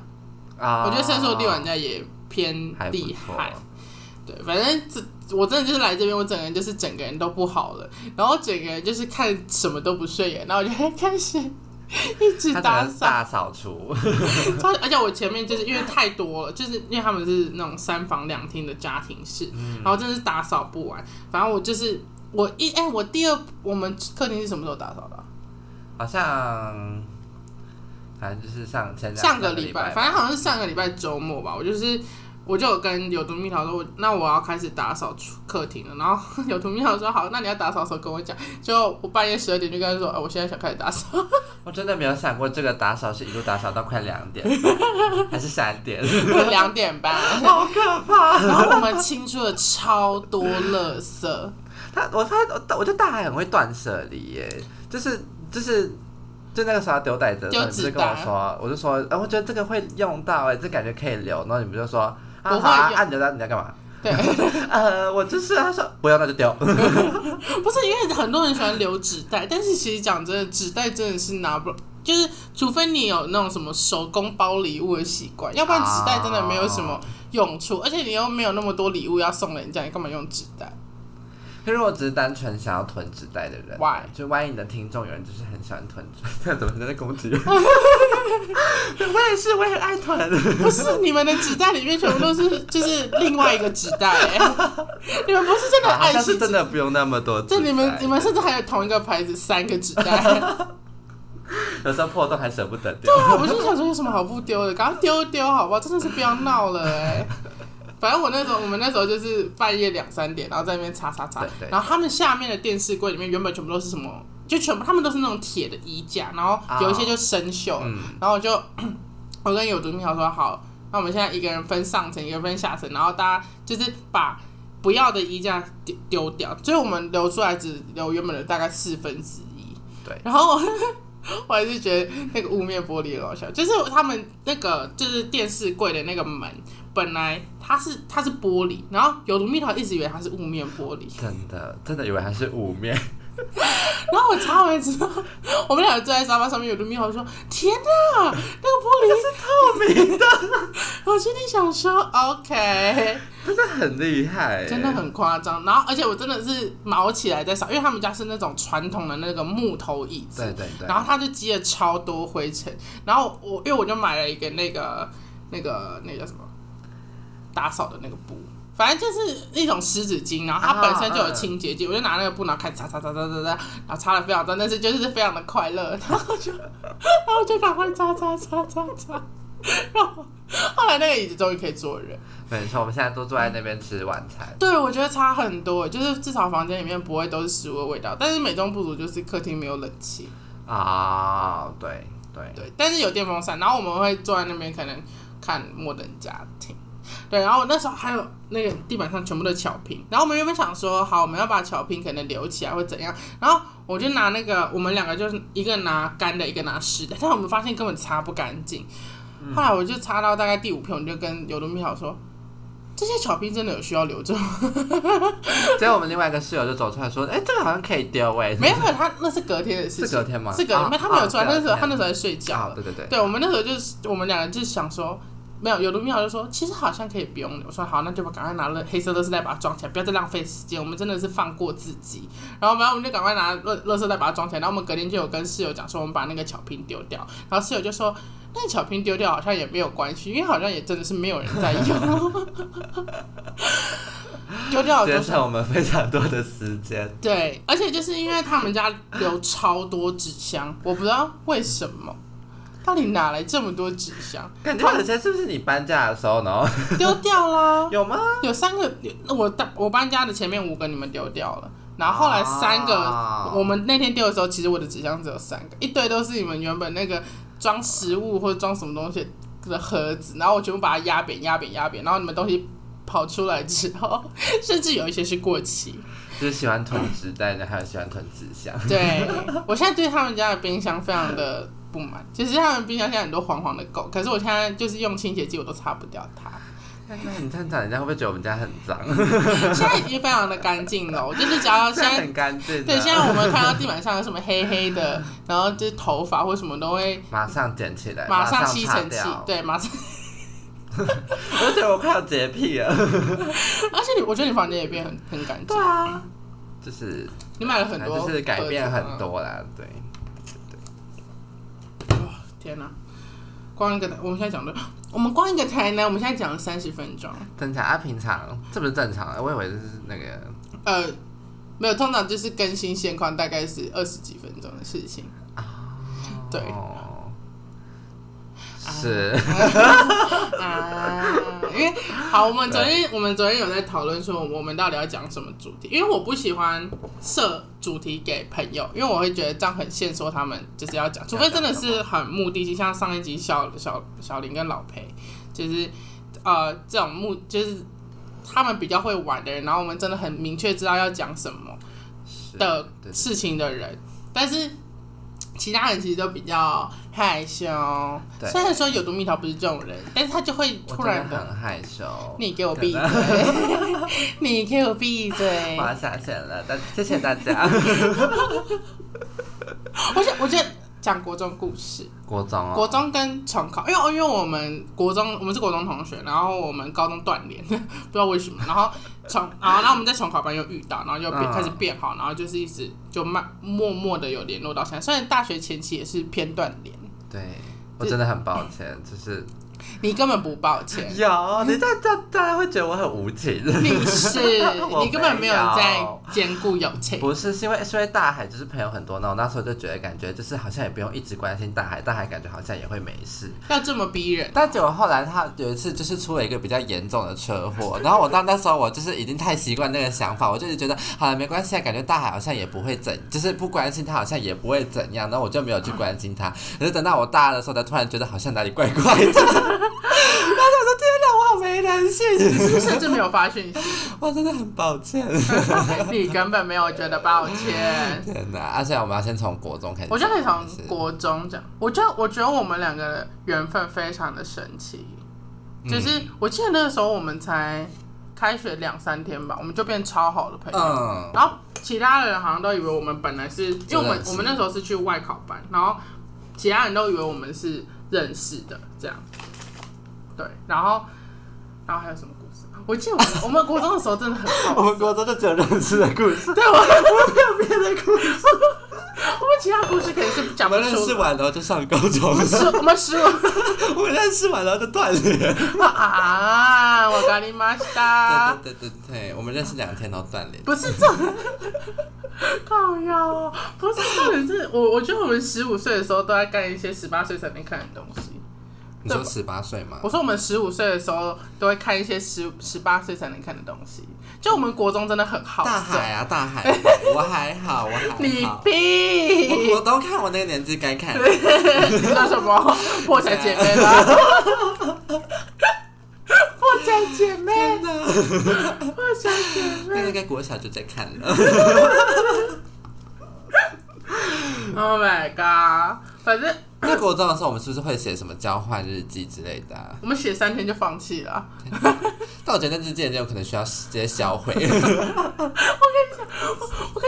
[SPEAKER 2] 啊！
[SPEAKER 1] 我觉得伸缩立碗架也偏
[SPEAKER 2] 还不
[SPEAKER 1] 厉
[SPEAKER 2] 错，
[SPEAKER 1] 害。对，反正这我真的就是来这边，我整个人就是整个人都不好了，然后整个人就是看什么都不顺眼，然后我就开始一直
[SPEAKER 2] 它
[SPEAKER 1] 打
[SPEAKER 2] 整个是
[SPEAKER 1] 扫。
[SPEAKER 2] 大扫除，
[SPEAKER 1] 超而且我前面就是因为太多了，就是因为他们是那种三房两厅的家庭式，然后真的是打扫不完。反正我就是我一哎、我第二我们客厅是什么时候打扫的啊、
[SPEAKER 2] 好像反正就是上前两
[SPEAKER 1] 上
[SPEAKER 2] 个
[SPEAKER 1] 个礼
[SPEAKER 2] 拜
[SPEAKER 1] 拜，，反正好像是上个礼拜周末吧，我就是。我就有跟有图蜜桃说，我那我要开始打扫出客厅了。然后 有图蜜桃说好，那你要打扫的时候跟我讲。就我半夜十二点就跟他说，哎、我现在想开始打扫。
[SPEAKER 2] 我真的没有想过这个打扫是一路打扫到快两 点，还是三点，
[SPEAKER 1] 两点半，
[SPEAKER 2] 好可怕！
[SPEAKER 1] 然后我们清出了超多垃圾。
[SPEAKER 2] 他我他我我觉得大海很会断舍离耶，就是就是。就那个时候丢袋子的时
[SPEAKER 1] 丢
[SPEAKER 2] 候，你不
[SPEAKER 1] 纸
[SPEAKER 2] 是跟我
[SPEAKER 1] 袋
[SPEAKER 2] 说，我就说，哎、我觉得这个会用到哎、这感觉可以留。然后你不就说，啊
[SPEAKER 1] 不会
[SPEAKER 2] 好啊，
[SPEAKER 1] 用
[SPEAKER 2] 按着它你在干嘛？
[SPEAKER 1] 对，
[SPEAKER 2] 呃，我就是他说不要那就丢，
[SPEAKER 1] 不是因为很多人喜欢留纸袋，但是其实讲真的，纸袋真的是拿不，就是除非你有那种什么手工包礼物的习
[SPEAKER 2] 啊
[SPEAKER 1] 惯，要不然纸袋真的没有什么用处，而且你又没有那么多礼物要送人家，你干嘛用纸袋？
[SPEAKER 2] 可是我只是单纯想要囤纸袋的人
[SPEAKER 1] Why？
[SPEAKER 2] 就万一你的听众有人就是很喜欢囤 纸，袋，怎么在那攻击我？ 我也是，我也很爱 囤。
[SPEAKER 1] 不是你们的纸袋里面全部都是就是另外一个纸袋、 欸，你们不是真的
[SPEAKER 2] 啊好
[SPEAKER 1] 爱
[SPEAKER 2] 像
[SPEAKER 1] 惜
[SPEAKER 2] 是
[SPEAKER 1] 纸
[SPEAKER 2] 真的不用那么多纸袋。
[SPEAKER 1] 这你们你们甚至还有同一个牌子三个纸袋，
[SPEAKER 2] 有时候破洞还舍不得丢
[SPEAKER 1] 对。啊，我就想说有什么好不丢的，赶快丢一丢好不好？真的是不要闹了 哎、反正我那时候，我们那时候就是半夜两三点，然后在那边擦擦擦
[SPEAKER 2] 对，对
[SPEAKER 1] 然后他们下面的电视柜里面原本全部都是什么，就全部他们都是那种铁的衣架，然后有一
[SPEAKER 2] 啊
[SPEAKER 1] 些就生锈，
[SPEAKER 2] 嗯，
[SPEAKER 1] 然后我就我跟有毒蜜桃说好，那我们现在一个人分上层，一个人分下层，然后大家就是把不要的衣架丢丢掉，所以我们留出来只留原本的大概四分之一。
[SPEAKER 2] 对，
[SPEAKER 1] 然后我 还是觉得那个雾面玻璃很好笑，就是他们那个就是电视柜的那个门，本来它是它是玻璃，然后有毒蜜桃一直以为它是雾面玻璃，
[SPEAKER 2] 真的真的以为它是五 面，
[SPEAKER 1] 然后我查完之后，我们俩坐在沙发上面，有的蜜桃说：“天哪，那个玻璃是透明的。”我心里想说：“OK，
[SPEAKER 2] 真的很厉害，
[SPEAKER 1] 真的。很夸张。”然后，而且我真的是毛起来在扫，因为他们家是那种传统的那个木头椅子，
[SPEAKER 2] 对对对。
[SPEAKER 1] 然后它就积了超多灰尘。然后我因为我就买了一个那个那个那个叫什么打扫的那个布，反正就是一种湿纸巾，然后它本身就有清洁剂，
[SPEAKER 2] 啊
[SPEAKER 1] 我就拿那个布，然后开始擦擦擦擦擦擦，然后擦的非常脏，但是就是非常的快乐，然后就 然后我就赶快擦擦擦擦擦，然后后来那个椅子终于可以坐人。
[SPEAKER 2] 没错，我们现在都坐在那边吃晚餐。
[SPEAKER 1] 对，我觉得差很多，就是至少房间里面不会都是食物的味道，但是美中不足就是客厅没有冷气。
[SPEAKER 2] 啊、对对。
[SPEAKER 1] 对，但是有电风扇，然后我们会坐在那边可能看《摩登家庭》。对，然后我那时候还有那个地板上全部都是巧拼，然后我们原本想说，好，我们要把巧拼可能留起来或怎样，然后我就拿那个，我们两个就是一个拿干的，一个拿湿的，但我们发现根本擦不干净。后来我就擦到大概第五片，我就跟有的蜜桃说，这些巧拼真的有需要留着吗？
[SPEAKER 2] 结果我们另外一个室友就走出来说：“哎、这个好像可以丢哎、
[SPEAKER 1] 没有，他那是隔天的事
[SPEAKER 2] 是
[SPEAKER 1] 情，
[SPEAKER 2] 隔天吗？
[SPEAKER 1] 是隔天，没有他没有出来，那时候他那时候在睡觉了
[SPEAKER 2] 啊，。对对对，
[SPEAKER 1] 对，我们那时候就是我们两个就是想说，没有有卢米好就说，其实好像可以不用。我说好，那就把赶快拿了黑色垃圾袋把它装起来，不要再浪费时间。我们真的是放过自己。然后反正我们就赶快拿垃垃圾袋把它装起来。然后我们隔天就有跟室友讲说，我们把那个巧拼丢掉。然后室友就说，那个巧拼丢掉好像也没有关系，因为好像也真的是没有人在用。 丢掉
[SPEAKER 2] 节
[SPEAKER 1] 多少？
[SPEAKER 2] 省我们非常多的时 间。
[SPEAKER 1] 对，而且就是因为他们家有超多纸箱， 我不知道为什么，到底哪来这么多纸箱？
[SPEAKER 2] 感觉有些是不是你搬家的时候，然 后，
[SPEAKER 1] 丢掉啦
[SPEAKER 2] 有吗？
[SPEAKER 1] 有三个，有我大我搬家的前面五个你们丢掉了，然后后来三个，
[SPEAKER 2] 哦
[SPEAKER 1] 我们那天丢的时候，其实我的纸箱只有三个，一堆都是你们原本那个装食物或者装什么东西的盒子，然后我全部把它压扁、压扁、压扁，然后你们东西跑出来之后， 甚至有一些是过期。
[SPEAKER 2] 就是喜欢囤纸袋的，还有喜欢囤纸箱。
[SPEAKER 1] 对我现在对他们家的冰箱非常的不满，其实他们冰箱现在很多黄黄的垢，可是我现在就是用清洁剂我都擦不掉它。
[SPEAKER 2] 那你看长人家会不会觉得我们家很 脏？
[SPEAKER 1] 现在已经非常的干净了，我就是只要现
[SPEAKER 2] 现在
[SPEAKER 1] 在
[SPEAKER 2] 很干净、啊。
[SPEAKER 1] 对，现在我们看到地板上有什么黑黑的，然后就是头发或什么都会
[SPEAKER 2] 马上捡起来，
[SPEAKER 1] 马
[SPEAKER 2] 上
[SPEAKER 1] 上吸尘器
[SPEAKER 2] 擦掉，
[SPEAKER 1] 对，马上。
[SPEAKER 2] 我就觉得我快要洁癖 了。
[SPEAKER 1] 而且你，我觉得你房间也变很很干净，
[SPEAKER 2] 啊，就是
[SPEAKER 1] 你买了很多，
[SPEAKER 2] 就是改变很。多啦，对。
[SPEAKER 1] 天哪、光一个我们现在讲的，我们光一个台南，我们现在讲了三十分钟。
[SPEAKER 2] 正常啊，平常这不是正常，啊我以为是那个
[SPEAKER 1] 呃，没有，通常就是更新现况，大概是二十几分钟的事情。对
[SPEAKER 2] 哦，是
[SPEAKER 1] 啊，因为好，我们昨天我们昨天有在讨论说，我们到底要讲什么主题？因为我不喜欢设主题给朋友，因为我会觉得这样很限缩他们就是要讲，除非真的是很目的性，像上一集小小小林跟老裴，就是呃这种目就是他们比较会玩的人，然后我们真的很明确知道要讲什么。
[SPEAKER 2] 是
[SPEAKER 1] 的
[SPEAKER 2] 对
[SPEAKER 1] 事情的人，但是其他人其实都比较害羞。
[SPEAKER 2] 对
[SPEAKER 1] 虽然说有毒蜜桃不是这种人，但是他就会
[SPEAKER 2] 我
[SPEAKER 1] 突
[SPEAKER 2] 真
[SPEAKER 1] 然
[SPEAKER 2] 的
[SPEAKER 1] 的，
[SPEAKER 2] 很害羞。
[SPEAKER 1] 你给我闭嘴， 你给我闭 嘴
[SPEAKER 2] 我。要下线了，但谢谢大家。
[SPEAKER 1] 我觉得我觉得讲国中故事，
[SPEAKER 2] 国中哦，
[SPEAKER 1] 国中跟重考，因为因为我们国中我们是国中同学，然后我们高中断联，不 知道为什么，然后重， 然后然后我们在重考班又遇到，然后又变、
[SPEAKER 2] 嗯
[SPEAKER 1] 开始变好，然后就是一直就慢默默的有联络到现在，虽然大学前期也是偏断联。
[SPEAKER 2] 对。我真的很抱歉，就是
[SPEAKER 1] 你根本不抱歉，
[SPEAKER 2] 有你这这大家会觉得我很无 情，
[SPEAKER 1] 你 是
[SPEAKER 2] 我
[SPEAKER 1] 你根本没有在
[SPEAKER 2] 没有
[SPEAKER 1] 兼顾友情。
[SPEAKER 2] 不是，是因为是因为大海就是朋友很多，那我那时候就觉得感觉就是好像也不用一直关心大海，大海感觉好像也会没事。
[SPEAKER 1] 要这么逼人，
[SPEAKER 2] 但结果后来他有一次就是出了一个比较严重的车 祸，然后我到那时候我就是已经太习惯那个想法，我就是觉得好了没关系啊，感觉大海好像也不会怎，就是不关心他好像也不会怎样，然后我就没有去关 心他。可是等到我大二的时候，才突然觉得好像哪里怪怪的，然后我就说天哪，我好没人性，
[SPEAKER 1] 甚至没有发讯息，
[SPEAKER 2] 我真的很抱歉。
[SPEAKER 1] 你根本没有觉得抱歉。
[SPEAKER 2] 天哪，而且我们要先从国中开始，
[SPEAKER 1] 我觉得可以
[SPEAKER 2] 是
[SPEAKER 1] 从国中讲，我觉得我觉得我们两个的缘分非常的神奇，就是我记得那个时候我们才开学两三天吧，我们就变超好的朋友。
[SPEAKER 2] 嗯。
[SPEAKER 1] 然后其他人好像都以为我们本来是，因为我
[SPEAKER 2] 真
[SPEAKER 1] 们
[SPEAKER 2] 的是
[SPEAKER 1] 我们那时候是去外考班，然后其他人都以为我们是认识的这样。对，然后然后还有什么故事？啊我记得我们我们国中的时候真的很好，
[SPEAKER 2] 我们国中就只有认识的 故事，
[SPEAKER 1] 对我们没有别的故事， 我们其他故事可能是
[SPEAKER 2] 我
[SPEAKER 1] 讲不
[SPEAKER 2] 们认识
[SPEAKER 1] 出。
[SPEAKER 2] 完然后就上高中，
[SPEAKER 1] 是 我们十五
[SPEAKER 2] 我们认识完然后就断联。
[SPEAKER 1] 啊，我咖喱玛西达，
[SPEAKER 2] 对对对对对，我们认识两天然后断联。
[SPEAKER 1] 不是这， 靠腰哦，不是重点是我，我觉得我们十五岁的时候都在干一些十八岁才能看的东西。
[SPEAKER 2] 你说十八岁吗
[SPEAKER 1] 我？说我们十五岁的时候都会看一些十十八岁才能看的东西，就我们国中真的很好
[SPEAKER 2] 大
[SPEAKER 1] 色。
[SPEAKER 2] 海啊大海，我还好我还
[SPEAKER 1] 你
[SPEAKER 2] 好。
[SPEAKER 1] 屁
[SPEAKER 2] 我！我都看我那个年纪该看的，
[SPEAKER 1] 那什么破产姐妹 啦，破产姐妹，
[SPEAKER 2] 真的，
[SPEAKER 1] 破产姐妹。
[SPEAKER 2] 那个在国小就在看了。
[SPEAKER 1] Oh my god！反正
[SPEAKER 2] 那国中的时候，我们是不是会写什么交换日记之类的啊、
[SPEAKER 1] 我们写三天就放弃了。
[SPEAKER 2] 但我觉得那日记很有可能需要直接销毁。
[SPEAKER 1] 我跟你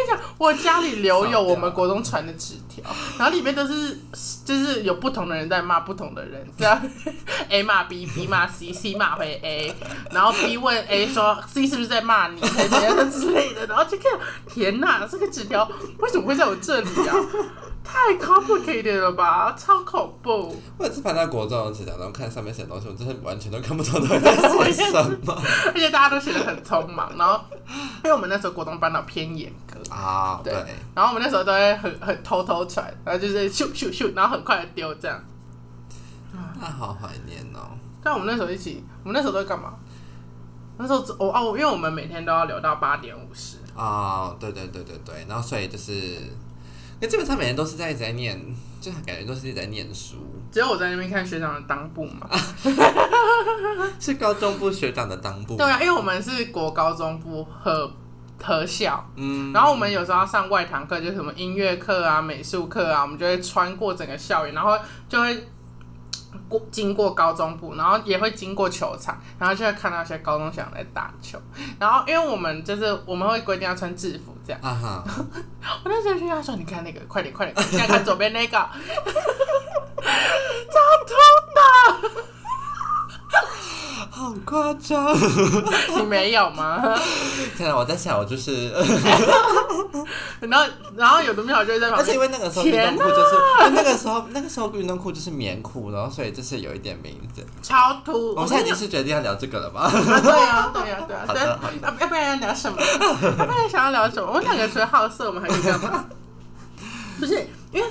[SPEAKER 1] 讲，我家里留有
[SPEAKER 2] 扫掉
[SPEAKER 1] 我们国中传的纸条，然后里面都是就是有不同的人在骂不同的人，这样 A 骂 B，B 骂 C，C 骂回 A，然后 B 问 A 说 C 是不是在骂你，还是怎样的之类的，然后就看天哪，这个纸条为什么会在我这里啊？太 complicated 了吧，超恐怖！
[SPEAKER 2] 我每次翻到国中的纸条，然后看上面写的东西，我真的完全都看不懂到底在写什么
[SPEAKER 1] 而且大家都写的很匆忙，然后因为我们那时候国中班导偏严格，
[SPEAKER 2] 啊。对，
[SPEAKER 1] 然后我们那时候都会很很偷偷传，然后就是咻咻咻，然后很快的丢这样。
[SPEAKER 2] 那好怀念哦。
[SPEAKER 1] 但我们那时候一啊起，我们那时候都在干嘛？那时候我哦，因为我们每天都要留到八点五十，
[SPEAKER 2] 哦，对对对对对，然后所以就是，那基本上每人都是在一直在念，就感觉都是一直在念书，
[SPEAKER 1] 只有我在那边看学长的裆部嘛。
[SPEAKER 2] 是高中部学长的当部，
[SPEAKER 1] 对啊，因为我们是国高中部合合校，
[SPEAKER 2] 嗯，
[SPEAKER 1] 然后我们有时候要上外堂课，就是什么音乐课啊、美术课啊，我们就会穿过整个校园，然后就会过经过高中部，然后也会经过球场，然后就会看到一些高中生在打球。然后因为我们就是我们会规定要穿制服这样，
[SPEAKER 2] 啊哈，
[SPEAKER 1] 我那时候就跟他说：“你看那个，快点快 点，现在看左边那个，
[SPEAKER 2] 好夸张！
[SPEAKER 1] 你没有吗？”
[SPEAKER 2] 天啊，我在想，我就是，
[SPEAKER 1] 啊然后然后有的没有就会在旁
[SPEAKER 2] 而且
[SPEAKER 1] 边
[SPEAKER 2] 因为那个时候运
[SPEAKER 1] 天
[SPEAKER 2] 动裤就是，那个时候那个时候运动裤就是棉裤，然后所以就是有一点名字。
[SPEAKER 1] 超突，
[SPEAKER 2] 我们现在已经是决定要聊这个了吧？
[SPEAKER 1] 啊，对啊， 对啊，对啊，
[SPEAKER 2] 好
[SPEAKER 1] 对
[SPEAKER 2] 的
[SPEAKER 1] 啊，
[SPEAKER 2] 好
[SPEAKER 1] 要不然要聊什么？ 要不然想要聊什么？我们两个除了好色，我们还可以干嘛？ 不是，因为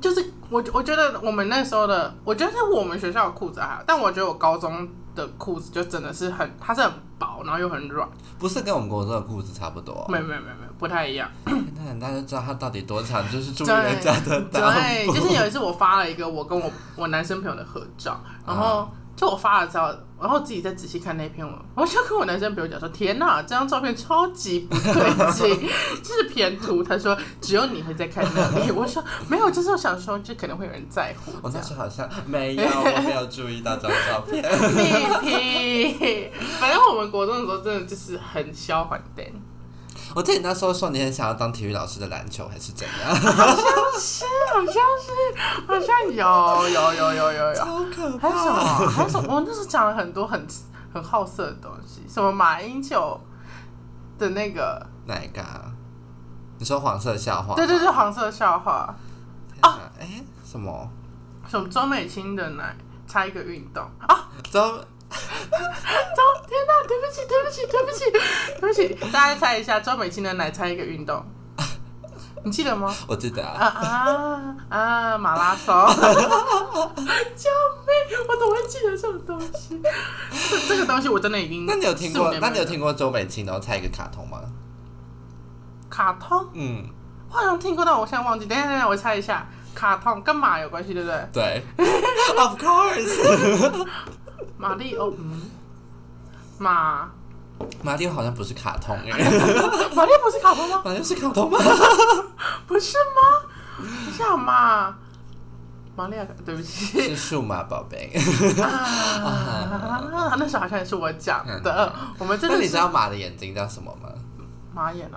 [SPEAKER 1] 就是我，我觉得我们那时候的，我觉得我们学校的裤子还好，但我觉得我高中的裤子就真的是很，它是很薄，然后又很软，
[SPEAKER 2] 不是跟我们国中的裤子差不多。
[SPEAKER 1] 没有没有没有没有，不太一样。
[SPEAKER 2] 那大家就知道他到底多长，就是住
[SPEAKER 1] 对
[SPEAKER 2] 人家的大
[SPEAKER 1] 对，就是有一次我发了一个我跟我我男生朋友的合照，然后
[SPEAKER 2] 嗯
[SPEAKER 1] 就我发了照，然后自己再仔细看那篇文，我就跟我男生朋友讲说：“天哪，这张照片超级不对劲，这是偏图。”他说：“只有你会在看那里。”我 说：“没有，就是我想说，就可能会有人在乎。”
[SPEAKER 2] 我那时候好像没有，我没有注意到这张照片。
[SPEAKER 1] 屁屁， 反正我们国中的时候真的就是很消缓的，
[SPEAKER 2] 我记得你那时候说你很想要当体育老师的篮球，还是怎样？
[SPEAKER 1] 是好像是好像有有有有有有，
[SPEAKER 2] 好可
[SPEAKER 1] 还有什么？ 还有什么？我那时候讲了很多很很好色的东西，什么马英九的那个，
[SPEAKER 2] 哪一个啊？你说黄色笑话？
[SPEAKER 1] 对对对，黄色笑话，
[SPEAKER 2] 天哪。哎、什么？
[SPEAKER 1] 什么周美青的奶，猜一个运动啊！
[SPEAKER 2] 周
[SPEAKER 1] 周天哪，对不起对不起对不起对不起，大家猜一下周美青的奶，猜一个运动，你记得吗？
[SPEAKER 2] 我记得、啊，
[SPEAKER 1] 啊 啊啊！马拉松， 救命！我怎么会记得这种东西？这这个东西我真的已经
[SPEAKER 2] 那你有听
[SPEAKER 1] 四五
[SPEAKER 2] 过？
[SPEAKER 1] 年没
[SPEAKER 2] 那你有听过周美青然后猜一个卡通吗？
[SPEAKER 1] 卡通？
[SPEAKER 2] 嗯，
[SPEAKER 1] 我好像听过，但我现在忘记。等一下，等一下，我猜一下，卡通跟马有关系，对不对？
[SPEAKER 2] 对，Of course。
[SPEAKER 1] 马里奥，嗯，马
[SPEAKER 2] 马里奥好像不是卡通哎，
[SPEAKER 1] 马里奥不是卡通吗？
[SPEAKER 2] 马里奥是卡通吗？
[SPEAKER 1] 不是吗？等一下马马里奥，对不起
[SPEAKER 2] 是数码宝 贝。
[SPEAKER 1] 啊， 那时候好像也是我讲的。我们真
[SPEAKER 2] 嗯那
[SPEAKER 1] 的
[SPEAKER 2] 你知
[SPEAKER 1] 是
[SPEAKER 2] 道马的眼睛叫什么吗？
[SPEAKER 1] 马眼啊，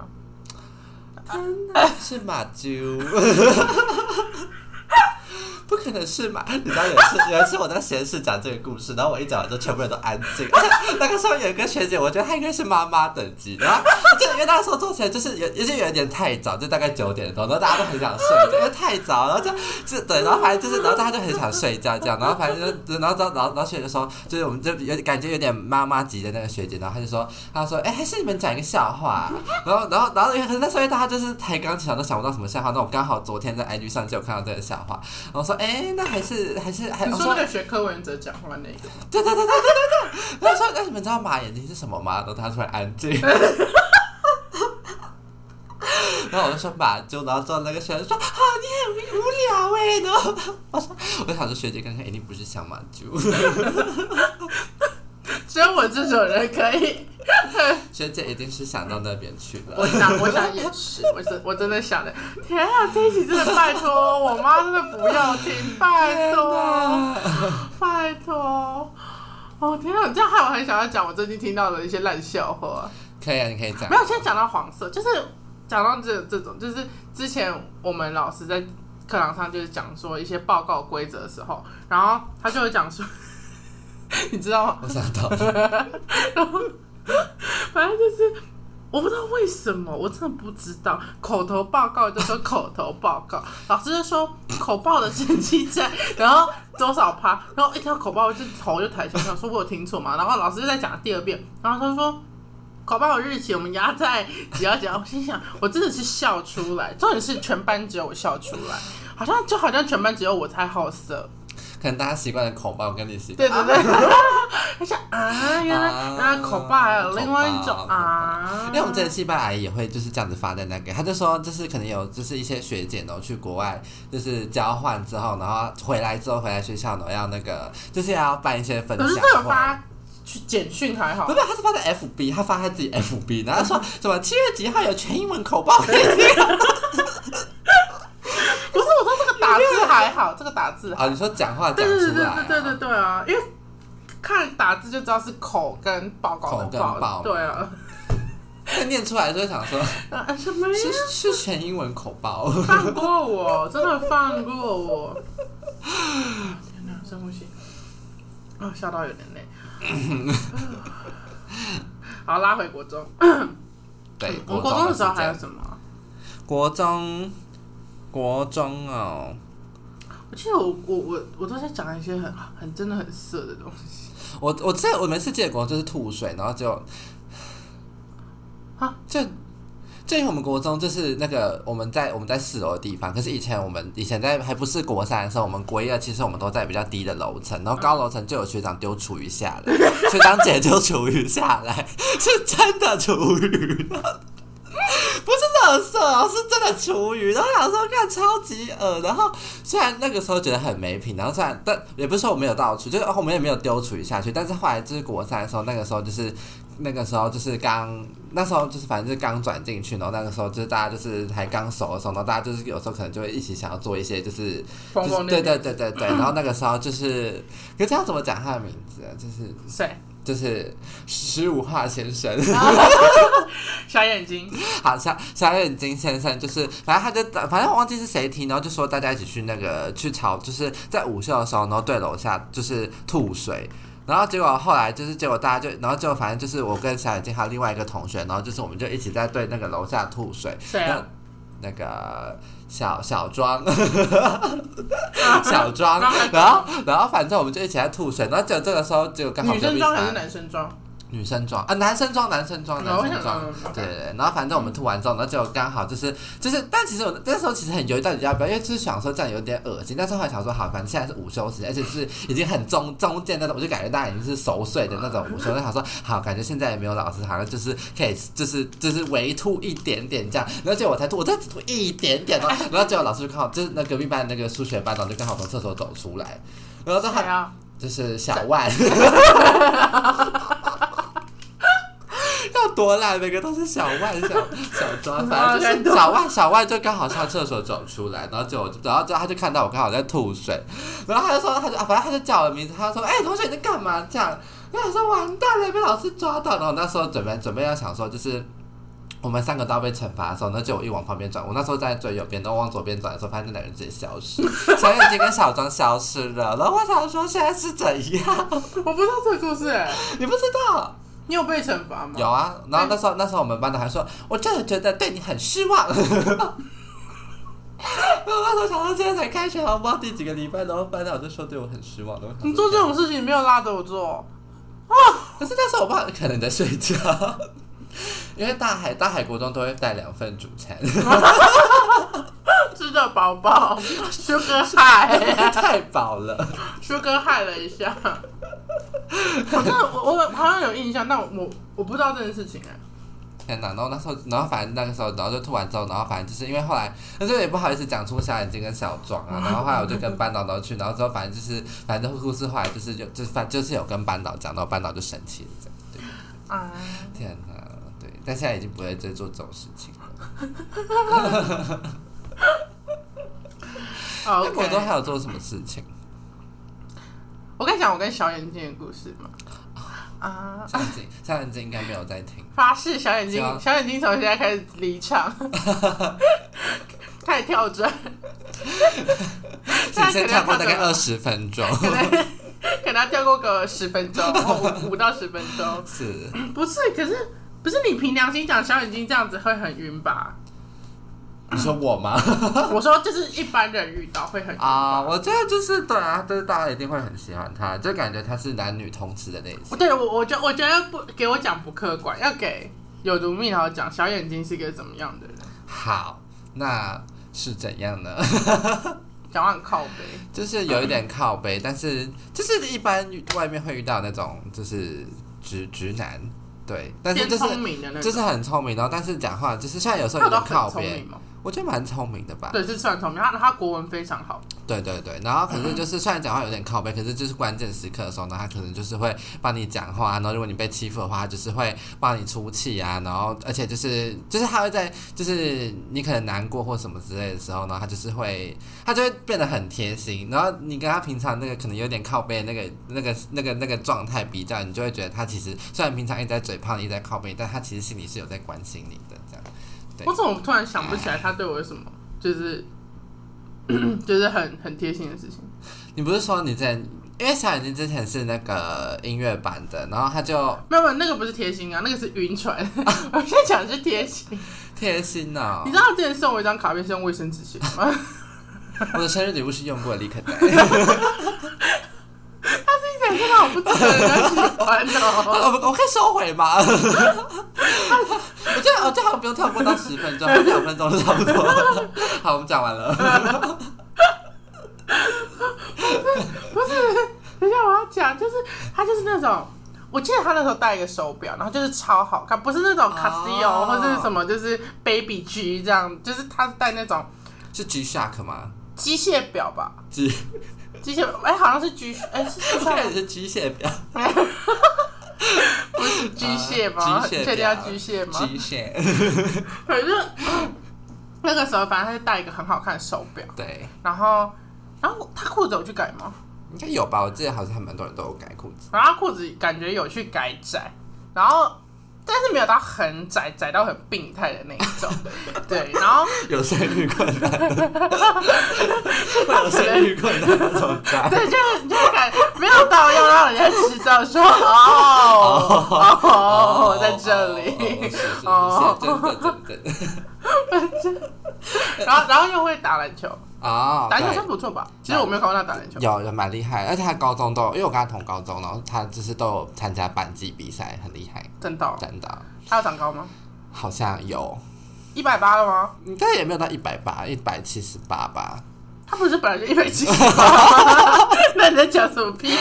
[SPEAKER 2] 是马啾， 不可能是马。你知道有一次，有一次我在实验室讲这个故事，然后我一讲完之后，全部人都安静。 而且那个时候有一个学姐，我觉得她应该是妈妈等级，然后就因为那时候做起来就是有，已经有一点太早，就大概九点多，然后大家都很想睡，因为太早，然后就就对，然后反正就是，然后大家就很想睡觉这样，然后反正就，然后然后然后然后学姐就说，就是我们就有感觉有点妈妈级的那个学姐，然后她就说，她说，哎、还是你们讲一个笑 话、然后然后然后因为可是那时候因为大家就是才刚起床都想不到什么笑话，那我刚好昨天在 IG 上就有看到这个笑话，然后说，哎、那还是还是还
[SPEAKER 1] 你
[SPEAKER 2] 哎我
[SPEAKER 1] 说那个学柯文哲讲话那个，
[SPEAKER 2] 对对对对对对对，然后说，那你们知道马眼睛是什么吗？然后他突然安 静。然后我就说马就，然后之后那个学生说：“啊，你很无聊哎。”然后 我说：“我想说学姐刚刚一定不是想马就，
[SPEAKER 1] 只有我这种人可 以。
[SPEAKER 2] 学姐一定是想到那边去
[SPEAKER 1] 我
[SPEAKER 2] 了。
[SPEAKER 1] 想，我想也是，我真我真的想的，天啊，这一集真的拜托，我妈真的不要听，拜
[SPEAKER 2] 天
[SPEAKER 1] 托，
[SPEAKER 2] 哪！
[SPEAKER 1] 拜托。哦天啊，这样害我很想要讲我最近听到的一些烂笑话。
[SPEAKER 2] 可以啊，你可以讲。
[SPEAKER 1] 没有，先讲到黄色，就是讲到这这种，就是之前我们老师在课堂上就是讲说一些报告规则的时候，然后他就会讲说， 你知道吗？
[SPEAKER 2] 我想到了，
[SPEAKER 1] 反正就是我不知道为什么，我真的不知道。口头报告就说口头报告， 老师就说口报的成绩在，然后多少趴，然后一听到口报我就头就抬起来，想说我有听错嘛，然后老师就再讲第二遍，然后他说。口报的日期我们压在几号几号，我心想我真的是笑出来，重点是全班只有我笑出来，好像就好像全班只有我才好色，
[SPEAKER 2] 可能大家习惯的口爆跟你习
[SPEAKER 1] 对啊
[SPEAKER 2] 惯。
[SPEAKER 1] 对 对，而且啊，原来
[SPEAKER 2] 啊
[SPEAKER 1] 原来口霸还有另外一种
[SPEAKER 2] 口霸
[SPEAKER 1] 啊，
[SPEAKER 2] 因为我们之前戏班阿姨也会就是这样子发在那个，她就说就是可能有就是一些学姐然后去国外就是交换之后，然后回来之后回来学校然后要那个就是要办一些分
[SPEAKER 1] 可
[SPEAKER 2] 享
[SPEAKER 1] 是这
[SPEAKER 2] 会
[SPEAKER 1] 个。发去简讯还好
[SPEAKER 2] 不，是，他是发在 FB，他发在自己 FB，然后说什么七月几号有全英文口 爆可以听
[SPEAKER 1] 不是我说这个打字还好，这个打字还好
[SPEAKER 2] 啊？你说讲话
[SPEAKER 1] 对
[SPEAKER 2] 讲
[SPEAKER 1] 对
[SPEAKER 2] 出
[SPEAKER 1] 对
[SPEAKER 2] 来、啊，
[SPEAKER 1] 对对对对啊，因为看打字就知道是口跟报告
[SPEAKER 2] 口
[SPEAKER 1] 的
[SPEAKER 2] 跟
[SPEAKER 1] 报，
[SPEAKER 2] 报
[SPEAKER 1] 对啊，
[SPEAKER 2] 但念出来就会想说
[SPEAKER 1] 啊什么呀？
[SPEAKER 2] 是是全英文口爆。
[SPEAKER 1] 放过我，真的放过我！天哪，深呼吸，啊、笑到有点累。好，拉回国中。
[SPEAKER 2] 对，
[SPEAKER 1] 我们国
[SPEAKER 2] 国
[SPEAKER 1] 中的时候
[SPEAKER 2] 是这
[SPEAKER 1] 还有
[SPEAKER 2] 样
[SPEAKER 1] 什么啊？
[SPEAKER 2] 国中，国中哦，
[SPEAKER 1] 我记得我我我我都在讲一些很很真的很色的东西
[SPEAKER 2] 我我记得我每次记得国中就是吐水，然后就
[SPEAKER 1] 啊，
[SPEAKER 2] 就就因为我们国中就是那个我们在我们在四楼的地方，可是以前我们以前在还不是国三的时候，我们国一二其实我们都在比较低的楼层，然后高楼层就有学长丢厨余下来，学长姐丢厨余下来，是真的厨余。不是垃圾哦，是真的厨余。然后想说看超级恶，然后虽然那个时候觉得很没品，然后虽然但也不是说我没有倒出，就是哦我们也没有丢厨余下去，但是后来就是国三的时候，那个时候就是那个时候就是刚那时候就是反正就是刚转进去，然后那个时候就是大家就是还刚熟的时候，然后大家就是有时候可能就会一起想要做一些就是
[SPEAKER 1] 疯
[SPEAKER 2] 就是
[SPEAKER 1] 疯癫
[SPEAKER 2] 对
[SPEAKER 1] 癫。
[SPEAKER 2] 对对对对，然后那个时候就是，可是要怎么讲他的名字啊？就是
[SPEAKER 1] 谁？
[SPEAKER 2] 就是十五号先生。
[SPEAKER 1] 小眼睛。
[SPEAKER 2] 好，小小眼睛先生就是，反正他就反正我忘记是谁提，然后就说大家一起去那个去吵，就是在午休的时候，然后对楼下就是吐水。然后结果后来就是，结果大家就，然后就反正就是我跟小眼睛还有另外一个同学，然后就是我们就一起在对那个楼下吐水。
[SPEAKER 1] 谁啊？
[SPEAKER 2] 那那个小小 庄，
[SPEAKER 1] 啊
[SPEAKER 2] 小庄
[SPEAKER 1] 然后还，
[SPEAKER 2] 然后然后反正我们就一起在吐水，然后结果这个时候就刚好
[SPEAKER 1] 女生
[SPEAKER 2] 隔壁
[SPEAKER 1] 装还
[SPEAKER 2] 班
[SPEAKER 1] 是男生装？
[SPEAKER 2] 女生装啊，男生装，男生装，男
[SPEAKER 1] 哦我想
[SPEAKER 2] 生装
[SPEAKER 1] 嗯，
[SPEAKER 2] 对对对。然后反正我们吐完之后，然后就刚好就是就是，但其实我那时候其实很犹豫到底要不要，因为就是想说这样有点恶心，但是后来想说好，反正现在是午休时间，而且是已经很中中间那种，我就感觉大家已经是熟睡的那种午休，就想说好，感觉现在也没有老师，好像就是可以就是就是微吐一点点这样，然后结果我才吐，我再吐一点点，然后然后结果老师就刚好就是那隔壁班的那个数学班长就刚好从厕所走出来，然后他
[SPEAKER 1] 谁啊？
[SPEAKER 2] 就是小万。 要多烂，每个都是小万小小 庄，反正就是小万小万就刚好上厕所走出来，然后就然后就他就看到我刚好在吐水，然后他就说他就、啊、反正他就叫我的名字，他就说哎、同学你在干嘛这样？然后我说完蛋了被老师抓到，然后我那时候准备准备要想说就是。我们三个都要被惩罚的时候，那就我一往旁边转，我那时候在最右边，然后往左边转的时候，发现那两个人直接消失， 小眼睛跟小庄消失了。然后我想说现在是怎样？
[SPEAKER 1] 我不知道这个故事哎、
[SPEAKER 2] 你不知道？
[SPEAKER 1] 你有被惩罚吗？
[SPEAKER 2] 有啊，然后那时候那时候我们班的还说，我真的觉得对你很失望。 然后那时候想到现在才开学，好不好？第几个礼拜，然后班长就说对我很失望。然后我想说
[SPEAKER 1] 你做这种事情没有拉着我做，
[SPEAKER 2] 可是那时候我爸可能在睡觉， 因为大海大海国中都会带两份主 餐，
[SPEAKER 1] 吃的饱饱， 修哥嗨。
[SPEAKER 2] 太饱了。
[SPEAKER 1] 修哥害了一下。我真的，我我好像有印象，但我我不知道这件事情哎、
[SPEAKER 2] 天哪！然后那时候，然后反正那个时候，然后就吐完之后，然后反正就是因为后来，那时候也不好意思讲出小眼睛跟小壮 啊，然后后来我就跟班导都去，然后之后反正就是，反正护士后来就是有，就是反就是有跟班导讲，然后班导就生气了，这样。
[SPEAKER 1] 啊，
[SPEAKER 2] 天哪！对，但现在已经不会再做这种事 情了。
[SPEAKER 1] 好
[SPEAKER 2] 那国中
[SPEAKER 1] OK。
[SPEAKER 2] 还有做什么事情？
[SPEAKER 1] 我跟你讲我跟小眼睛的故事嘛。啊，
[SPEAKER 2] 小眼睛，小眼睛应该没有在 听。
[SPEAKER 1] 发誓小眼睛
[SPEAKER 2] 行，啊
[SPEAKER 1] 小眼睛从现在开始离 场，开始跳转，
[SPEAKER 2] 请先跳过
[SPEAKER 1] 现在可
[SPEAKER 2] 大概
[SPEAKER 1] 能要跳到
[SPEAKER 2] 二十分钟。
[SPEAKER 1] 可能可能要跳过个十分钟， 或五五到十分钟。
[SPEAKER 2] 是，
[SPEAKER 1] 不是，可是不是你凭良心讲，小眼睛这样子会很晕 吧？
[SPEAKER 2] 你说我吗？
[SPEAKER 1] 我说就是一般人遇到会很晕吧
[SPEAKER 2] 啊、我觉得就是对啊，就是大家一定会很喜欢他，就感觉他是男女通吃的那一种。
[SPEAKER 1] 对我，我觉我觉得不给我讲不客观，要给有毒蜜桃讲小眼睛是个怎么样的人。
[SPEAKER 2] 好，那是怎样呢？
[SPEAKER 1] 讲话很靠北。
[SPEAKER 2] 就是有一点 靠背，但是就是一般外面会遇到那种就是直直男，对，但是
[SPEAKER 1] 偏
[SPEAKER 2] 就是
[SPEAKER 1] 聪明的那种，
[SPEAKER 2] 就是很聪明，然后但是讲话就是虽然有时候
[SPEAKER 1] 他
[SPEAKER 2] 有
[SPEAKER 1] 都
[SPEAKER 2] 点
[SPEAKER 1] 很
[SPEAKER 2] 靠
[SPEAKER 1] 聪明哦
[SPEAKER 2] 边，
[SPEAKER 1] 嘛。
[SPEAKER 2] 我觉得蛮聪明的吧。
[SPEAKER 1] 对，是算聪明，他他国文非常好。
[SPEAKER 2] 对对对，然后可是就是虽然讲话有点靠背，可是就是关键时刻的时候呢，他可能就是会帮你讲话，然后如果你被欺负的话，他就是会帮你出气啊，然后而且就是就是他会在就是你可能难过或什么之类的时候呢，他就是会他就会变得很贴心，然后你跟他平常那个可能有点靠背的那个那个那个那个状态比较，你就会觉得他其实虽然平常一直在嘴炮你，一直在靠背，但他其实心里是有在关心你的这样。对
[SPEAKER 1] 我怎么突然想不起来他对我有什么，就是 就是很很贴心的事情。
[SPEAKER 2] 你不是说你之前，因为小眼睛之前是那个音乐版的，然后他就
[SPEAKER 1] 没有没有，那个不是贴心啊，那个是晕船。 我现在讲的是贴心。
[SPEAKER 2] 贴心哦
[SPEAKER 1] 你，知道他之前送我一张卡片是用卫生纸写吗？
[SPEAKER 2] 我的生日礼物是用过的立可带，
[SPEAKER 1] 听起来真的好不值得人喜欢哦。
[SPEAKER 2] 啊我我可以收回吗？ 我觉得我最好不用跳过到十分钟，两分钟就差不多。 好，我们讲完了。
[SPEAKER 1] 等一下我要讲，就是他就是那种。我记得他那时候戴一个手表，然后就是超好看，不是那种 Casio、
[SPEAKER 2] 哦
[SPEAKER 1] 或者是什么，就是 Baby G 这样，就是他是戴那种
[SPEAKER 2] 是 G Shock 吗？
[SPEAKER 1] 机械表吧，
[SPEAKER 2] G
[SPEAKER 1] 机械表哎、好像是 G 哎、是是
[SPEAKER 2] 我看你是机械表，
[SPEAKER 1] 不是机械
[SPEAKER 2] 啊
[SPEAKER 1] 吗？
[SPEAKER 2] 机械
[SPEAKER 1] 确定要
[SPEAKER 2] 表
[SPEAKER 1] 机械吗？
[SPEAKER 2] 机械。
[SPEAKER 1] 反正那个时候，反正他就戴一个很好看的手表，
[SPEAKER 2] 对，
[SPEAKER 1] 然后，然后他裤子有去改吗？
[SPEAKER 2] 应该有吧？我记得好像还蛮多人都有改裤子。
[SPEAKER 1] 然后他裤子感觉有去改窄，然后但是没有到很窄，窄到很病态的那一种，对，然后
[SPEAKER 2] 有生育困 难，会有生育困难那种改。
[SPEAKER 1] 对，就是就是感没有到要让人家知道说哦 哦在这里，
[SPEAKER 2] 哦，是是是真的 真的
[SPEAKER 1] 然后然后又会打篮球，
[SPEAKER 2] 啊，
[SPEAKER 1] 打篮球真不错吧？其实我没有看过他打篮球，
[SPEAKER 2] 有有蛮厉害，而且他高中都有，因为我跟他同高中，然后他就是都有参加班级比赛，很厉害，
[SPEAKER 1] 真的哦，
[SPEAKER 2] 真的
[SPEAKER 1] 他有长高吗？
[SPEAKER 2] 好像有，
[SPEAKER 1] 一百八了吗？
[SPEAKER 2] 应该也没有到一百八，一百七十八吧，
[SPEAKER 1] 他不是本来就一百七十 吗？那你在讲什么屁话？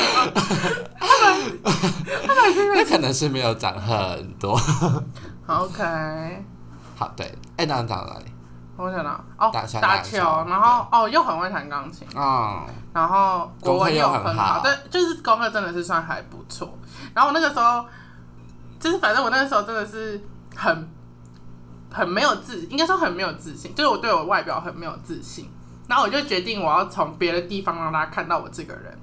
[SPEAKER 1] 他本来他本来就一百
[SPEAKER 2] 那可能是没有长很多。
[SPEAKER 1] OK，
[SPEAKER 2] 好，对，哎、那长到哪里？
[SPEAKER 1] 我想到哦，
[SPEAKER 2] 打球
[SPEAKER 1] 打
[SPEAKER 2] 打球
[SPEAKER 1] 球，然后哦又很会弹钢琴，
[SPEAKER 2] 哦，
[SPEAKER 1] 然后国文又
[SPEAKER 2] 功课又
[SPEAKER 1] 很
[SPEAKER 2] 很好
[SPEAKER 1] 对，就是功课真的是算还不错。然后我那个时候，就是反正我那个时候真的是很很没有自，应该说很没有自信，就是我对我外表很没有自信。然后我就决定我要从别的地方让大家看到我这个人。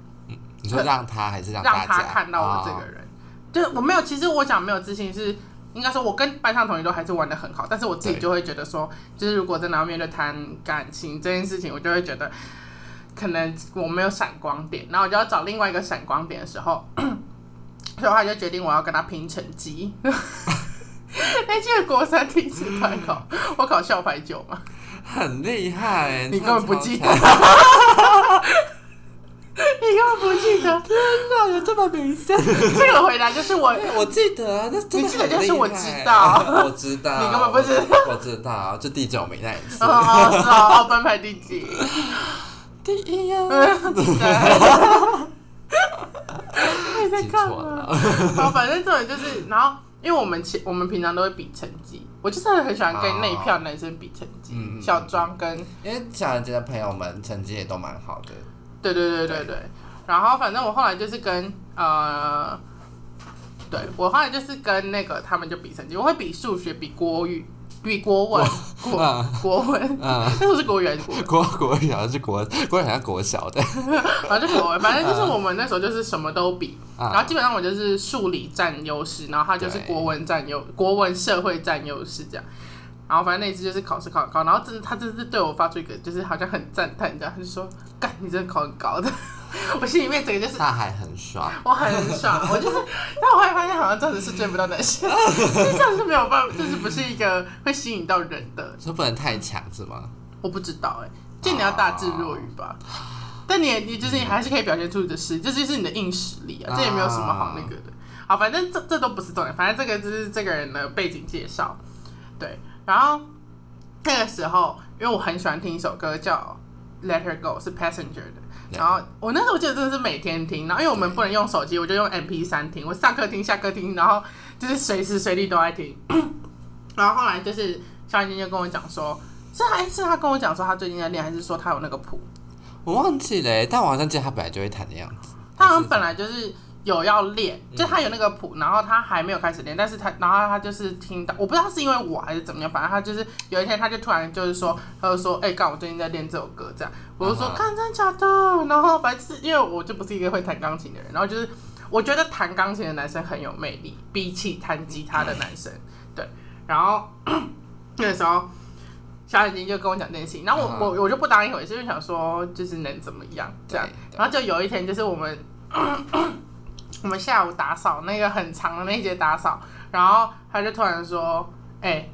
[SPEAKER 2] 你说让他还是让大
[SPEAKER 1] 让
[SPEAKER 2] 家
[SPEAKER 1] 他看到我这个
[SPEAKER 2] 哦
[SPEAKER 1] 人。就是我没有，其实我讲没有自信是，应该说我跟班上同学都还是玩的很好，但是我自己
[SPEAKER 2] 对
[SPEAKER 1] 就会觉得说，就是如果真的要面对谈感情这件事情，我就会觉得可能我没有闪光点，然后我就要找另外一个闪光点的时候， 所以我后来就决定我要跟他拼成绩。 那记得国三第一次段考，我考校牌九嘛，
[SPEAKER 2] 很厉害，
[SPEAKER 1] 你根本不记得， 你
[SPEAKER 2] 真
[SPEAKER 1] 根本不 记得。
[SPEAKER 2] 的有这么明显？
[SPEAKER 1] 这个回答就是 我呃
[SPEAKER 2] 对我记得啊，那真的
[SPEAKER 1] 你记得就是
[SPEAKER 2] 很厉害啊
[SPEAKER 1] 我知道，
[SPEAKER 2] 我知道，
[SPEAKER 1] 你根本不知
[SPEAKER 2] 道，我知道，就第九名那一 次
[SPEAKER 1] 哦，，哦是哦，哦，班排第 几？
[SPEAKER 2] 第一呀，
[SPEAKER 1] 啊对。你在
[SPEAKER 2] 记
[SPEAKER 1] 干
[SPEAKER 2] 错
[SPEAKER 1] 嘛？
[SPEAKER 2] 了，
[SPEAKER 1] 好，反正这种就是，然后因为我们其我们平常都会比成绩，我就真的很喜欢跟那一票男生比成绩，
[SPEAKER 2] 嗯嗯嗯
[SPEAKER 1] 小庄跟
[SPEAKER 2] 因为小人节的朋友们成绩也都蛮好的，
[SPEAKER 1] 对对对对对。然后反正我后来就是跟呃，对我后来就是跟那个他们就比成绩，我会比数学，比国语，比国文，国
[SPEAKER 3] 啊
[SPEAKER 2] 嗯
[SPEAKER 1] 国文，
[SPEAKER 2] 嗯，
[SPEAKER 1] 那时候是国语还是国文？
[SPEAKER 2] 国国小是国国小像国小的，
[SPEAKER 1] 反正就国文，反
[SPEAKER 2] 嗯
[SPEAKER 1] 正就是我们那时候就是什么都比，
[SPEAKER 2] 啊
[SPEAKER 1] 然后基本上我就是数理占优势，然后他就是
[SPEAKER 2] 对
[SPEAKER 1] 国文占优，国文社会占优势这样。然后反正那一次就是考试考很高，然后真的他真的是对我发出一个就是好像很赞叹这样，他就说：“干，你真的考很高的。” 我心里面整个就是
[SPEAKER 2] 大海很爽，
[SPEAKER 1] 我很爽，我就是，但我后来发现好像这样子是追不到男生，这样是没有办法，就是不是一个会吸引到人的。
[SPEAKER 2] 说不能太强是吗？
[SPEAKER 1] 我不知道哎、就你要大智若愚吧。但你也你就是你还是可以表现出你的实力，这就是你的硬实力啊，这也没有什么好那个的。好，反正这这都不是重点，反正这个就是这个人的背景介绍。对，然后那个时候因为我很喜欢听一首歌叫《 Let Her Go 是 Passenger 的。然后我那时候记得真的是每天听，然后因为我们不能用手机，我就用 MP 三听，我上课听、下课听，然后就是随时随地都在听。 然后后来就是肖晶就跟我讲说，是还是他跟我讲说他最近在练，还是说他有那个谱？
[SPEAKER 3] 我忘记了欸，但我好像记得他本来就会弹的样子。
[SPEAKER 1] 他好像本来就是有要练，就他有那个谱，然后他还没有开始练，但是他然后他就是听到，我不知道是因为我还是怎么样，反正他就是有一天他就突然就是说，他就说，哎、干，我最近在练这首歌，这样，我就说，
[SPEAKER 3] 嗯哼
[SPEAKER 1] 看真的假的，然后反正是因为我就不是一个会弹钢琴的人，然后就是我觉得弹钢琴的男生很有魅力，比起弹吉他的男生，对，然后 那个时候。小眼睛就跟我讲这件事情，然后我、我我就不当一回事，就想说就是能怎么样这样
[SPEAKER 3] 对。对
[SPEAKER 1] 然后就有一天，就是我们我们下午打扫那个很长的那一节打扫，然后他就突然说：“哎、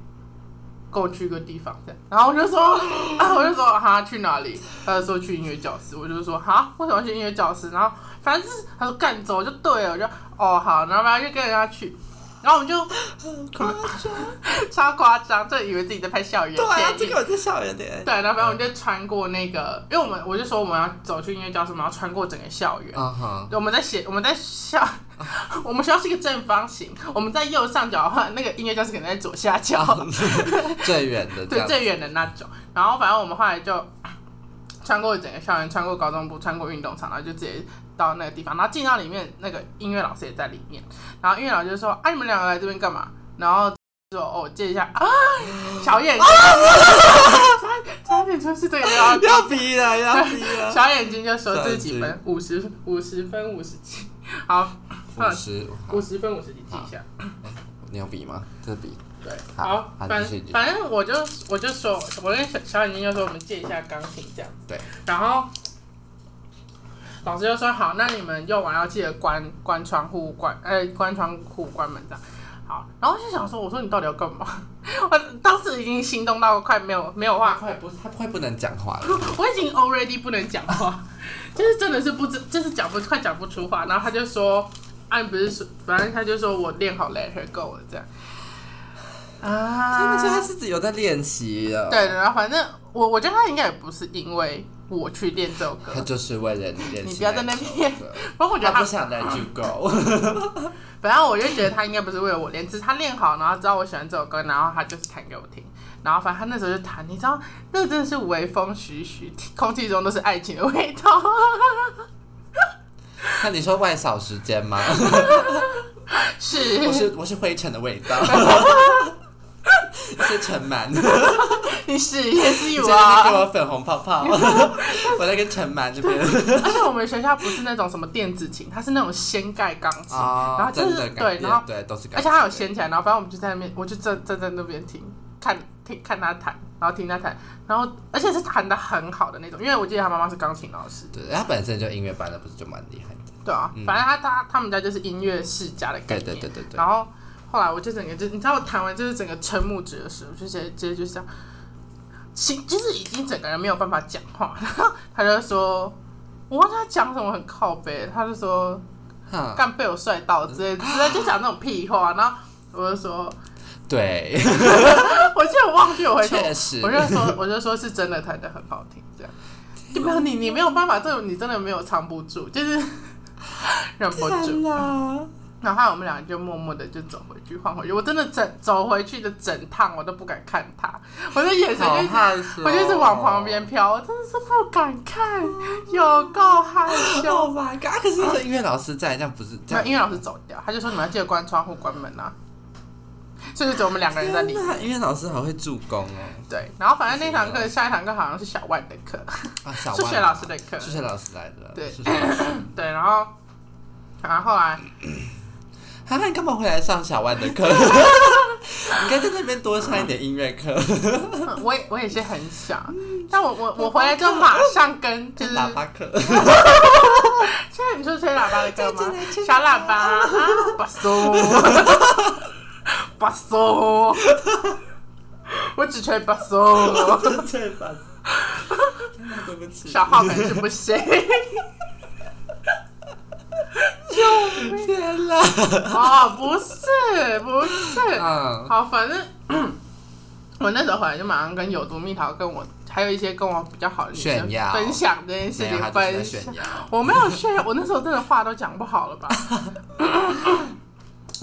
[SPEAKER 1] 跟我去个地方。”这样，然后我就说：“ 啊，我就说哈去哪里？”他就说去音乐教室，我就说：“哈，为什么要去音乐教室？”然后反正就是他说干走就对了，我就哦好，然后反正就跟人家去。然后我们就 超夸张，就以为自己在拍校园电
[SPEAKER 3] 对
[SPEAKER 1] 影。
[SPEAKER 3] 啊，这个我在校园点。
[SPEAKER 1] 对，然后反正我们就穿过那个，因为我们我就说我们要走去音乐教室，我们要穿过整个校园。
[SPEAKER 2] 啊
[SPEAKER 3] 嗯哼，
[SPEAKER 1] 我们在写，我们在校，我们学校是一个正方形，我们在右上角的话，那个音乐教室可能在左下角，
[SPEAKER 2] 最远的这
[SPEAKER 1] 对
[SPEAKER 2] 样，
[SPEAKER 1] 最远的那种。然后反正我们后来就穿过整个校园，穿过高中部，穿过运动场，然后就直接到那个地方。然后进到里面，那个音乐老师也在里面。然后音乐老师就说：“啊，你们两个来这边干嘛？”然后就说：“哦，我借一下啊，小眼睛，差差点出是这个要
[SPEAKER 3] 要逼了，要逼 了。
[SPEAKER 1] 小眼睛就说自己分五十五十分五十几，好，
[SPEAKER 3] 五十，
[SPEAKER 1] 五十分五十几记一下。
[SPEAKER 3] 你有笔吗？这是笔。
[SPEAKER 1] 对，
[SPEAKER 3] 好
[SPEAKER 1] 好，
[SPEAKER 3] 好
[SPEAKER 1] 反
[SPEAKER 3] 继续继续
[SPEAKER 1] 反正我就我就说，我跟小小眼睛就说我们借一下钢琴这样。
[SPEAKER 3] 对，
[SPEAKER 1] 然后老师就说好，那你们用完要记得关关窗户、关呃关窗户、关门这样。好，然后我就想说，我说你到底要干嘛？ 我当时已经心动到快没有没有话
[SPEAKER 3] 快不，他快不能讲话了。
[SPEAKER 1] 我已经 already 不能讲话，就是真的是不知，就是讲不快讲不出话。然后他就说，啊，你不是说，反正他就说我练好 let her go 了这样。
[SPEAKER 3] 而且他
[SPEAKER 1] 啊，
[SPEAKER 3] 是只有在练习的，
[SPEAKER 1] 对，然后反正我我觉得他应该也不是因为我去练这首歌，
[SPEAKER 3] 他就是为了你练习。
[SPEAKER 1] 你不要在那边
[SPEAKER 3] 首歌，
[SPEAKER 1] 然后我觉得
[SPEAKER 3] 他
[SPEAKER 1] 他
[SPEAKER 3] 不，想 let you go。
[SPEAKER 1] 反正我就觉得他应该不是为了我练，只是他练好，然后知道我喜欢这首歌，然后他就是弹给我听。然后反正他那时候就弹，你知道，那真的是微风徐徐，空气中都是爱情的味道。
[SPEAKER 3] 那你说外扫时间 吗？
[SPEAKER 1] 是，
[SPEAKER 3] 我是我是灰尘的味道，是尘螨。
[SPEAKER 1] 你是也是
[SPEAKER 3] 你
[SPEAKER 1] 有
[SPEAKER 3] 在那
[SPEAKER 1] 啊。
[SPEAKER 3] 边给我粉红泡 泡，我在跟尘螨这边。
[SPEAKER 1] 而且我们学校不是那种什么电子琴，它是那种掀盖钢琴，
[SPEAKER 3] 哦
[SPEAKER 1] 然后就
[SPEAKER 3] 真
[SPEAKER 1] 是
[SPEAKER 3] 的改
[SPEAKER 1] 对，
[SPEAKER 3] 变
[SPEAKER 1] 然后
[SPEAKER 3] 对都是改变，
[SPEAKER 1] 而且它有掀起来，然后反正我们就在那边，我就站站在那边听，看听看他弹，然后听他弹，然后而且是弹的很好的那种，因为我记得他妈妈是钢琴老师，
[SPEAKER 3] 对，他本身就音乐班的，不是就蛮厉害的。
[SPEAKER 1] 对啊，反正他他他们家就是音乐世家的概
[SPEAKER 3] 对
[SPEAKER 1] 念，
[SPEAKER 3] 对对对对
[SPEAKER 1] 然，后后来我就整个就你知道我弹完就是整个瞠目结舌，我就直接直接就是这样，心就是已经整个人没有办法讲话，然后他就说，我忘记他讲什么很靠背，他就说
[SPEAKER 3] 哈，
[SPEAKER 1] 干被我帅到之类之类，就讲那种屁话，然后我就说，
[SPEAKER 3] 对，
[SPEAKER 1] 我记得我忘记我回头，
[SPEAKER 3] 确实
[SPEAKER 1] 我就说我就说是真的弹的很好听，这样。就没有你，你没有办法，这种你真的没有藏不住，就是忍不住。
[SPEAKER 3] 啦，
[SPEAKER 1] 然后后来我们两个就默默的就走回去，换回去。我真的整走回去的整趟，我都不敢看他，我的眼神
[SPEAKER 3] 好哦
[SPEAKER 1] 就一直
[SPEAKER 3] 害羞，
[SPEAKER 1] 我就一直往旁边。飘，我真的是不敢看，有够害
[SPEAKER 3] Oh
[SPEAKER 1] 羞。
[SPEAKER 3] my god！可是是音乐老师在，这样不是这
[SPEAKER 1] 那
[SPEAKER 3] 样。
[SPEAKER 1] 音乐老师走掉，他就说你们要记得关窗户、关门啊。所以就只有我们两个人在里
[SPEAKER 3] 天哪音乐老师好会助攻哦！
[SPEAKER 1] 对，然后反正那堂课下一堂课好像是小万的课，
[SPEAKER 3] 啊，小万
[SPEAKER 1] 数学老师的课。
[SPEAKER 3] 数学老师来的，
[SPEAKER 1] 对
[SPEAKER 3] 数学老师。
[SPEAKER 1] 对，然后然后后来
[SPEAKER 3] 哈哈，你干嘛回来上小万的 课？你该在那边多上一点音乐课，
[SPEAKER 1] 嗯我也我也是很想，但我我我回来就马上跟就是
[SPEAKER 3] 喇叭课。
[SPEAKER 1] 现在你说吹喇叭的歌吗
[SPEAKER 3] 对真的？
[SPEAKER 1] 小喇叭啊，巴松，巴松，我只吹巴松，
[SPEAKER 3] 对吧？真的对不起，
[SPEAKER 1] 小号可能是不行。
[SPEAKER 3] 天啦！
[SPEAKER 1] 哦，不是，不是，
[SPEAKER 3] 嗯，
[SPEAKER 1] 好，反正我那时候回来就马上跟有毒蜜桃跟我还有一些跟我比较好的女生
[SPEAKER 2] 炫耀
[SPEAKER 1] 分享这件事
[SPEAKER 2] 没有，他
[SPEAKER 1] 情，
[SPEAKER 2] 就是在
[SPEAKER 1] 分享
[SPEAKER 2] 炫耀。
[SPEAKER 1] 我没有炫耀，我那时候真的话都讲不好了吧？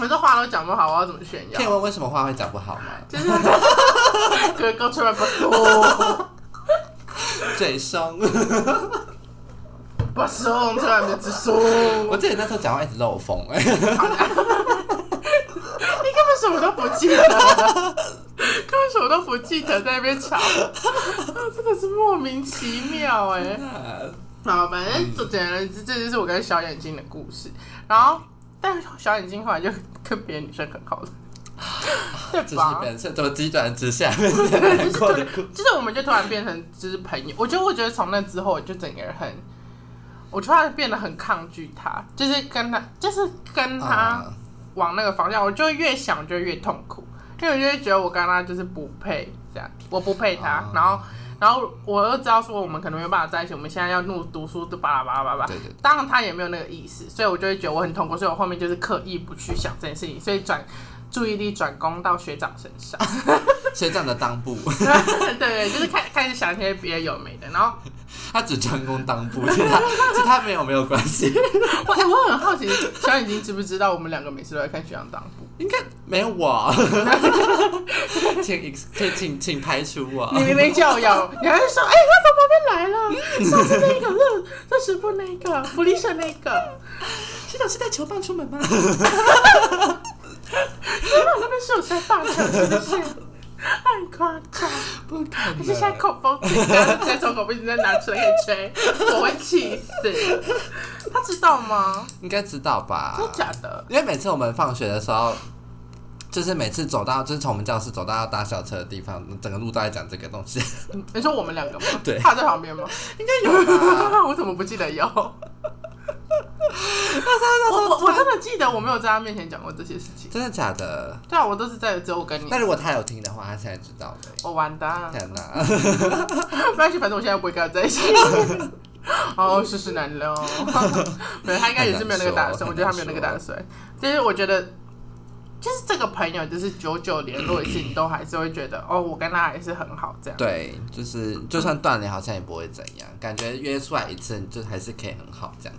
[SPEAKER 1] 我这话都讲不好，我要怎么炫
[SPEAKER 2] 可以
[SPEAKER 1] 耀？
[SPEAKER 2] 问为什么话会讲不好 吗？
[SPEAKER 1] 就是哥哥出来不说，
[SPEAKER 2] 嘴凶。
[SPEAKER 1] 不说，出来没子说。
[SPEAKER 2] 我记得你那时候讲话一直漏风、哎，
[SPEAKER 1] 你根本什么都不记得，根本什么都不记得，在那边吵，啊真的是莫名其妙哎、好，反正总而言之，这就是我跟小眼睛的故事。然后，但是小眼睛后来就跟别的女生很好了，对
[SPEAKER 2] 这是
[SPEAKER 1] 吧？
[SPEAKER 2] 本身怎么急转直下，变成
[SPEAKER 1] 就
[SPEAKER 2] 难
[SPEAKER 1] 是
[SPEAKER 2] 过
[SPEAKER 1] 突
[SPEAKER 2] 的
[SPEAKER 1] 然
[SPEAKER 2] 故事。
[SPEAKER 1] 就是我们就突然变成就是朋友。我觉得，我觉得从那之后，我就整个人很，我突然变得很抗拒他，就是跟他，就是跟他
[SPEAKER 2] 啊
[SPEAKER 1] 往那个方向，我就越想我就越痛苦，因为我就会觉得我跟他就是不配这样，我不配他，
[SPEAKER 2] 啊
[SPEAKER 1] 然后。然后我又知道说我们可能没有办法在一起，我们现在要努读书，就巴拉巴拉巴拉。
[SPEAKER 2] 对对对
[SPEAKER 1] 当然他也没有那个意思，所以我就会觉得我很痛苦，所以我后面就是刻意不去想这件事情，所以转注意力转攻到学长身上。
[SPEAKER 2] 学长的裆部，
[SPEAKER 1] 对 对，就是开开始想一些别的有没的，然后
[SPEAKER 2] 他只专攻裆部，其他其他没有没有关系。
[SPEAKER 1] 我、哎我很好奇，小眼睛知不知道我们两个每次都在看学长当铺？
[SPEAKER 2] 应该没有 我，请 ex- 请请请排除我。
[SPEAKER 1] 你明明就有，你还说哎、他从旁边来了，上次那个热热食部那个，福利社那个，
[SPEAKER 2] 学长是带球棒出门吗？
[SPEAKER 1] 学长那边是有在大球，真的是很夸张。
[SPEAKER 2] 不可
[SPEAKER 1] 可
[SPEAKER 2] 能。
[SPEAKER 1] 是现在口风紧，再从口风紧再拿出来给吹，我会气死。他知道吗？
[SPEAKER 2] 应该知道吧？
[SPEAKER 1] 真的假的？
[SPEAKER 2] 因为每次我们放学的时候，就是每次走到，就是从我们教室走到搭校车的地方，整个路都在讲这个东西。
[SPEAKER 1] 嗯你说我们两个吗？
[SPEAKER 2] 对
[SPEAKER 1] 他在旁边吗？ 应该有吧， 我怎么不记得有？我我我真的记得我没有在他面前讲过这些事情。
[SPEAKER 2] 真的假的？
[SPEAKER 1] 对啊，我都是在只有我跟你
[SPEAKER 2] 那，如果他有听的话，他现在知道了。
[SPEAKER 1] 我完蛋，
[SPEAKER 2] 天哪！
[SPEAKER 1] 没关系，反正我现在不会跟他在一起。 哦，世事难料，哦 没有，他应该也是没有那个打算，我觉
[SPEAKER 2] 很难说
[SPEAKER 1] 得他没有那个打算。就是我觉得，就是这个朋友，就是久久联络一次，你都还是会觉得，哦，我跟他还是很好这样。
[SPEAKER 2] 对，就是就算断联，好像也不会怎样，感觉约出来一次，就还是可以很好这样。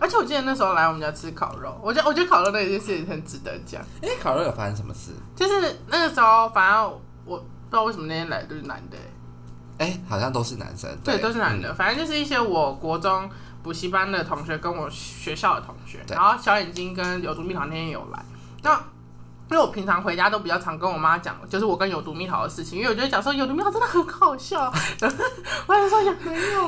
[SPEAKER 1] 而且我记得那时候来我们家吃烤肉，我觉得我觉得烤肉那一件事情很值得讲。
[SPEAKER 2] 哎、烤肉有发生什么事？
[SPEAKER 1] 就是那个时候，反正我不知道为什么那天来的都是男的欸、
[SPEAKER 2] 哎、好像都是男生，嗯
[SPEAKER 1] 对，都是男的。反正就是一些我国中补习班的同学跟我学校的同学，
[SPEAKER 2] 对
[SPEAKER 1] 然后小眼睛跟有毒蜜桃那天也有来。那因为我平常回家都比较常跟我妈讲，就是我跟有毒蜜桃的事情，因为我就会讲说有毒蜜桃真的很好笑， 我想说有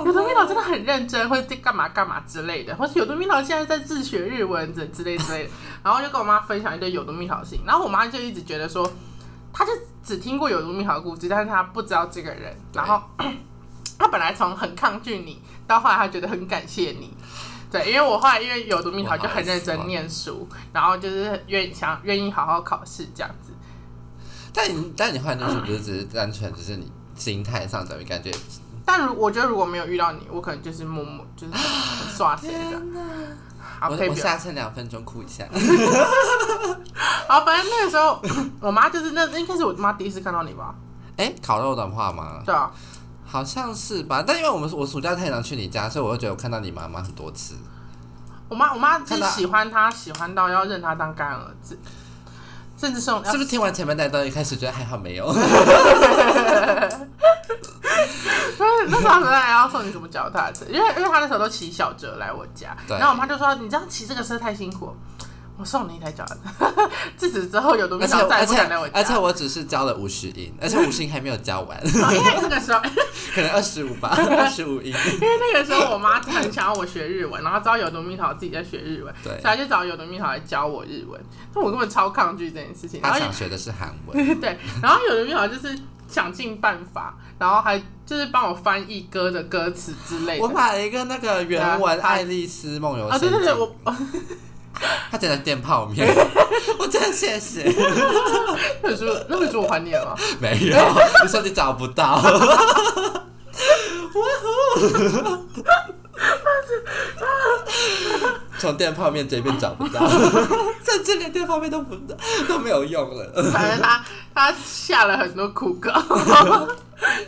[SPEAKER 1] 有毒蜜桃真的很认真，会干嘛干嘛之类的，或是有毒蜜桃现在在自学日文之之类之类的，然后就跟我妈分享一堆有毒蜜桃的事情，然后我妈就一直觉得说，她就只听过有毒蜜桃的故事，但是她不知道这个人，
[SPEAKER 2] 对
[SPEAKER 1] 然后 她本来从很抗拒你，到后来她觉得很感谢你。对，因为我后来因为有毒蜜桃就很认真念书，然后就是愿想愿意好好考试这样子。
[SPEAKER 2] 但你但你换就是不是只是单纯只是你心态上怎么感觉？
[SPEAKER 1] 但如我觉得如果没有遇到你，我可能就是默默就是很刷谁这样。好，
[SPEAKER 2] 我
[SPEAKER 1] 可以
[SPEAKER 2] 我
[SPEAKER 1] 不要。
[SPEAKER 2] 下剩两分钟哭一下。
[SPEAKER 1] 好，反正那个时候我妈就是那应该是我妈第一次看到你吧？
[SPEAKER 2] 哎、烤肉的话吗？
[SPEAKER 1] 对啊，
[SPEAKER 2] 好像是吧，但因为我们我暑假太常去你家，所以我就觉得我看到你妈妈很多次。
[SPEAKER 1] 我妈我妈就是
[SPEAKER 2] 看到
[SPEAKER 1] 喜欢她，喜欢到要认她当干儿子，甚至送
[SPEAKER 2] 是不是听完前面那段，一开始觉得还好 没有？
[SPEAKER 1] 对，那时候很爱要送你什么脚踏车，因为因为他那时候都骑小折来我家，
[SPEAKER 2] 对
[SPEAKER 1] 然后我妈就说你这样骑这个车太辛苦，我送你一台脚踏车。 自此之后有多
[SPEAKER 2] 而
[SPEAKER 1] 米
[SPEAKER 2] 且
[SPEAKER 1] 少再
[SPEAKER 2] 而
[SPEAKER 1] 也不
[SPEAKER 2] 且
[SPEAKER 1] 敢来我家，
[SPEAKER 2] 而且我只是交了五十音，而且五十音还没有交 完，
[SPEAKER 1] 哦因为那个时候
[SPEAKER 2] 可能二十五 吧，二十五音。
[SPEAKER 1] 因为那个时候我妈很想要我学日文，然后知道有毒蜜桃自己在学日文，所
[SPEAKER 2] 对
[SPEAKER 1] 以她就找有毒蜜桃来教我日文，但我根本超抗拒这件事情，然
[SPEAKER 2] 他
[SPEAKER 1] 后
[SPEAKER 2] 想学的是韩文，
[SPEAKER 1] 对，然后有的蜜桃就是想尽办法，然后还就是帮我翻译歌的歌词之类的。
[SPEAKER 2] 我买了一个那个原文
[SPEAKER 1] 对
[SPEAKER 2] 《
[SPEAKER 1] 啊他
[SPEAKER 2] 爱丽丝梦游
[SPEAKER 1] 啊，
[SPEAKER 2] 仙
[SPEAKER 1] 对对》
[SPEAKER 2] 境
[SPEAKER 1] 对，我
[SPEAKER 2] 他真的电泡面，我真的谢谢。
[SPEAKER 1] 那本书那本书我还 你了吗？
[SPEAKER 2] 没有， 你说你找不到，
[SPEAKER 1] 哦
[SPEAKER 2] 从电 泡面这边找不到，甚至连电泡面都不都没有用了。
[SPEAKER 1] 反正他他他下了很多苦功。